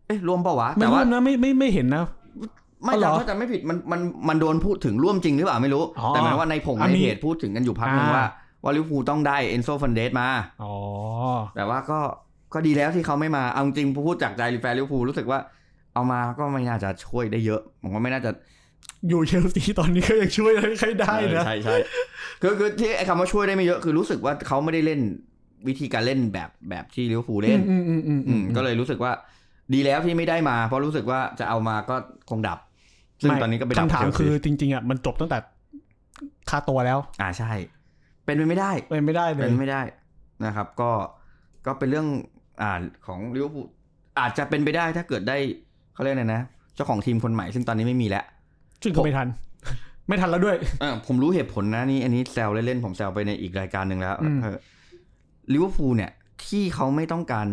S3: เอ๊ะร่วมเปล่าวะ
S4: ไม่
S3: แต่
S4: ร่
S3: ว่าว
S4: มนะไม่ไม่ไม่เห็นนะ
S3: ไม่
S4: อ๋อเหร
S3: แต่
S4: อ
S3: ถ้าจะไม่ผิดมันมันมันโดนพูดถึงร่วมจริงหรือเปล่าไม่รู้
S4: อ๋อ
S3: แต่หมายว่าในผง
S4: อ่ะ
S3: ใน
S4: มี
S3: เพจพูดถึงกันอยู่พักหนึง
S4: อ่า
S3: ว่าว่าลิเวอร์พูลต้องได้เอนโซฟันเดสมา
S4: อ๋อ
S3: แต่ว่าก็ก็ดีแล้วที่เขาไม่มา เอาจริงพูดจากใจแฟนลิเวอร์พูลรู้สึกว่า เอามาก็ไม่น่าจะช่วยได้เยอะผมว่าไม่น่าจะ
S4: อยู่เชลซีตอนนี้ก็ยังช่วยอะไรใครได้นะ
S3: ใช่ใช่คือคือที่ไอ้คำว่าช่วยได้ไม่เยอะคือรู้สึกว่าเขาไม่ได้เล่นวิธีการเล่นแบบแบบที่ลิเวอร์พูลเล่น
S4: อืมอืมอืม
S3: อืมก็เลยรู้สึกว่า ดีแล้วที่ไม่ได้มา เพราะรู้สึกว่าจะเอามาก็คงดับ ซึ่งตอนนี้ก็ไปดับ
S4: คำถาม
S3: เชลซี
S4: คือจริง ๆอ่ะมันจบตั้งแต่ค่าตัวแล้ว
S3: อ่าใช่ เป็นไปไม่ได้
S4: เป็นไม่ได้เลย
S3: เป็นไม่ได้นะครับ ก็ก็เป็นเรื่องอ่าของลิเวอร์พูลอาจจะเป็นไปได้ถ้าเกิดได้เขาเรียกอะไรนะ เจ้าของทีมคนใหม่ซึ่งตอนนี้ไม่มีแล้ว
S4: ซึ่งก็ไม่ทัน ไม่ทันแล้วด้วย
S3: เออผมรู้เหตุผลนะนี่อันนี้แซวเล่นๆผมแซวไปในอีกรายการหนึ่งแล้ว
S4: อืม
S3: เออลิเวอร์พูลเนี่ย ที่เขาไม่ต้องการ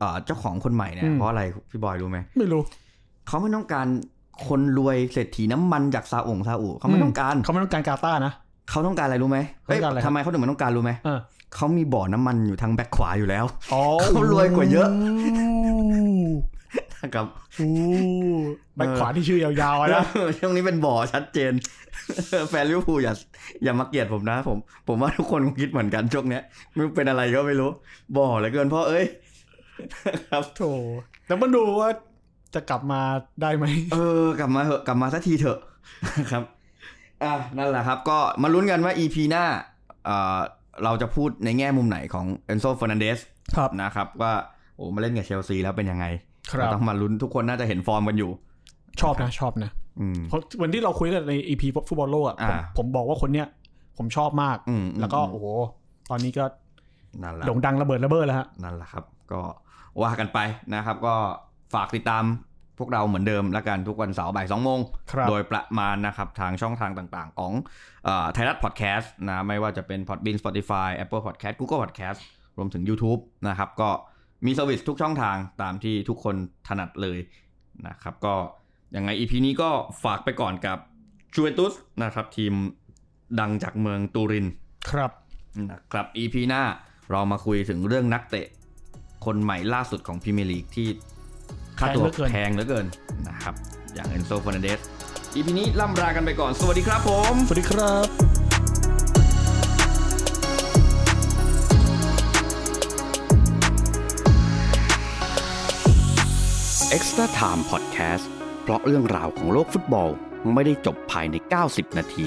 S3: เอ่อเจ้าของคนใหม่เนี่
S4: อื
S3: ย
S4: ม
S3: เพราะอะไรพี่บอยรู้ไหม
S4: ไม่รู้
S3: เขาไม่ต้องการคนรวยเศรษฐีน้ำมันจากซาองซาอุเขาไม่ต้องการ
S4: เขาไม่ต้องการกาตาร์นะ
S3: เขาต้องการอะไรรู้ไหม
S4: เขาต้องการอะไรครับ
S3: ทำไมเขาถึงไม่ต้องการรู้ไหม
S4: เออ
S3: เขามีบ่อน้ำมันอยู่ทางแบ็คขวาอยู่แล้ว
S4: อ๋อ
S3: เขารวยกว่าเยอะ นะครับ
S4: อู้ใบขวาที่ชื่อยาวๆนะ
S3: ช่วงนี้เป็นบ่อชัดเจน แฟนลิเวอร์พูลอย่าอย่ามาเกลียดผมนะ ผม ผมว่าทุกคนคงคิดเหมือนกันช่วงเนี้ยไม่รู้เป็นอะไรก็ไม่รู้ บ่อเหลือเกินพ่อเอ้ย ครับ
S4: โถแต่มันดูว่าจะกลับมาได้ไหม
S3: เออกลับมาเถอะกลับมาสักทีเถอะ ครับอ่ะนั่นแหละครับ ก็มาลุ้นกันว่า EP หน้าเอ่อเราจะพูดในแง่มุมไหนของเอนโซฟ r ร์นันเดส
S4: ครับ
S3: นะครับ ว่าโอ้มาเล่นกับเชลซีแล้วเป็นยังไง
S4: ครับ
S3: ต้องมาลุ้นทุกคนน่าจะเห็นฟอร์มกันอยู่
S4: ชอบนะชอบนะ
S3: อืม
S4: เพราะวันที่เราคุยกันใน EP ฟุตบอลโลกอะ
S3: อ่า
S4: ผมผมบอกว่าคนเนี้ยผมชอบมาก
S3: อืม
S4: แล้วก็โอ้โหตอนนี้ก็
S3: นั่นแหละ
S4: โด่งดังระเบิดระเบ้อแล้วฮะ
S3: นั่นแหละครับ ก็ว่ากันไปนะครับ ก็ฝากติดตามพวกเราเหมือนเดิมแล้วกันทุกวันเสาร์บ่ายสองโมง
S4: ครับ
S3: โดยประมาณนะครับ ทางช่องทางต่างๆ ของไทยรัฐพอดแคสต์นะไม่ว่าจะเป็น Podbean Spotify Apple Podcast Google Podcast รวมถึง YouTube นะครับ ก็มีเซอร์วิสทุกช่องทางตามที่ทุกคนถนัดเลยนะครับ ก็ยังไง EP นี้ก็ฝากไปก่อนกับจูเวนตุสนะครับทีมดังจากเมืองตูริน
S4: ครับ
S3: นะครับ EP หน้าเรามาคุยถึงเรื่องนักเตะ คนใหม่ล่าสุดของพรีเมียร์ลีกที่ค่าตัว
S4: แพงเหลือเกิน
S3: แพงเหลือเกินนะครับ อย่างเอนโซฟ r นเดส EP นี้ล่ำลากันไปก่อน สวัสดีครับผม
S4: สวัสดีครับ
S2: เอ็กซ์ต Time Podcast เพราะเรื่องราวของโลกฟุตบอลไม่ได้จบภายใน 90 นาที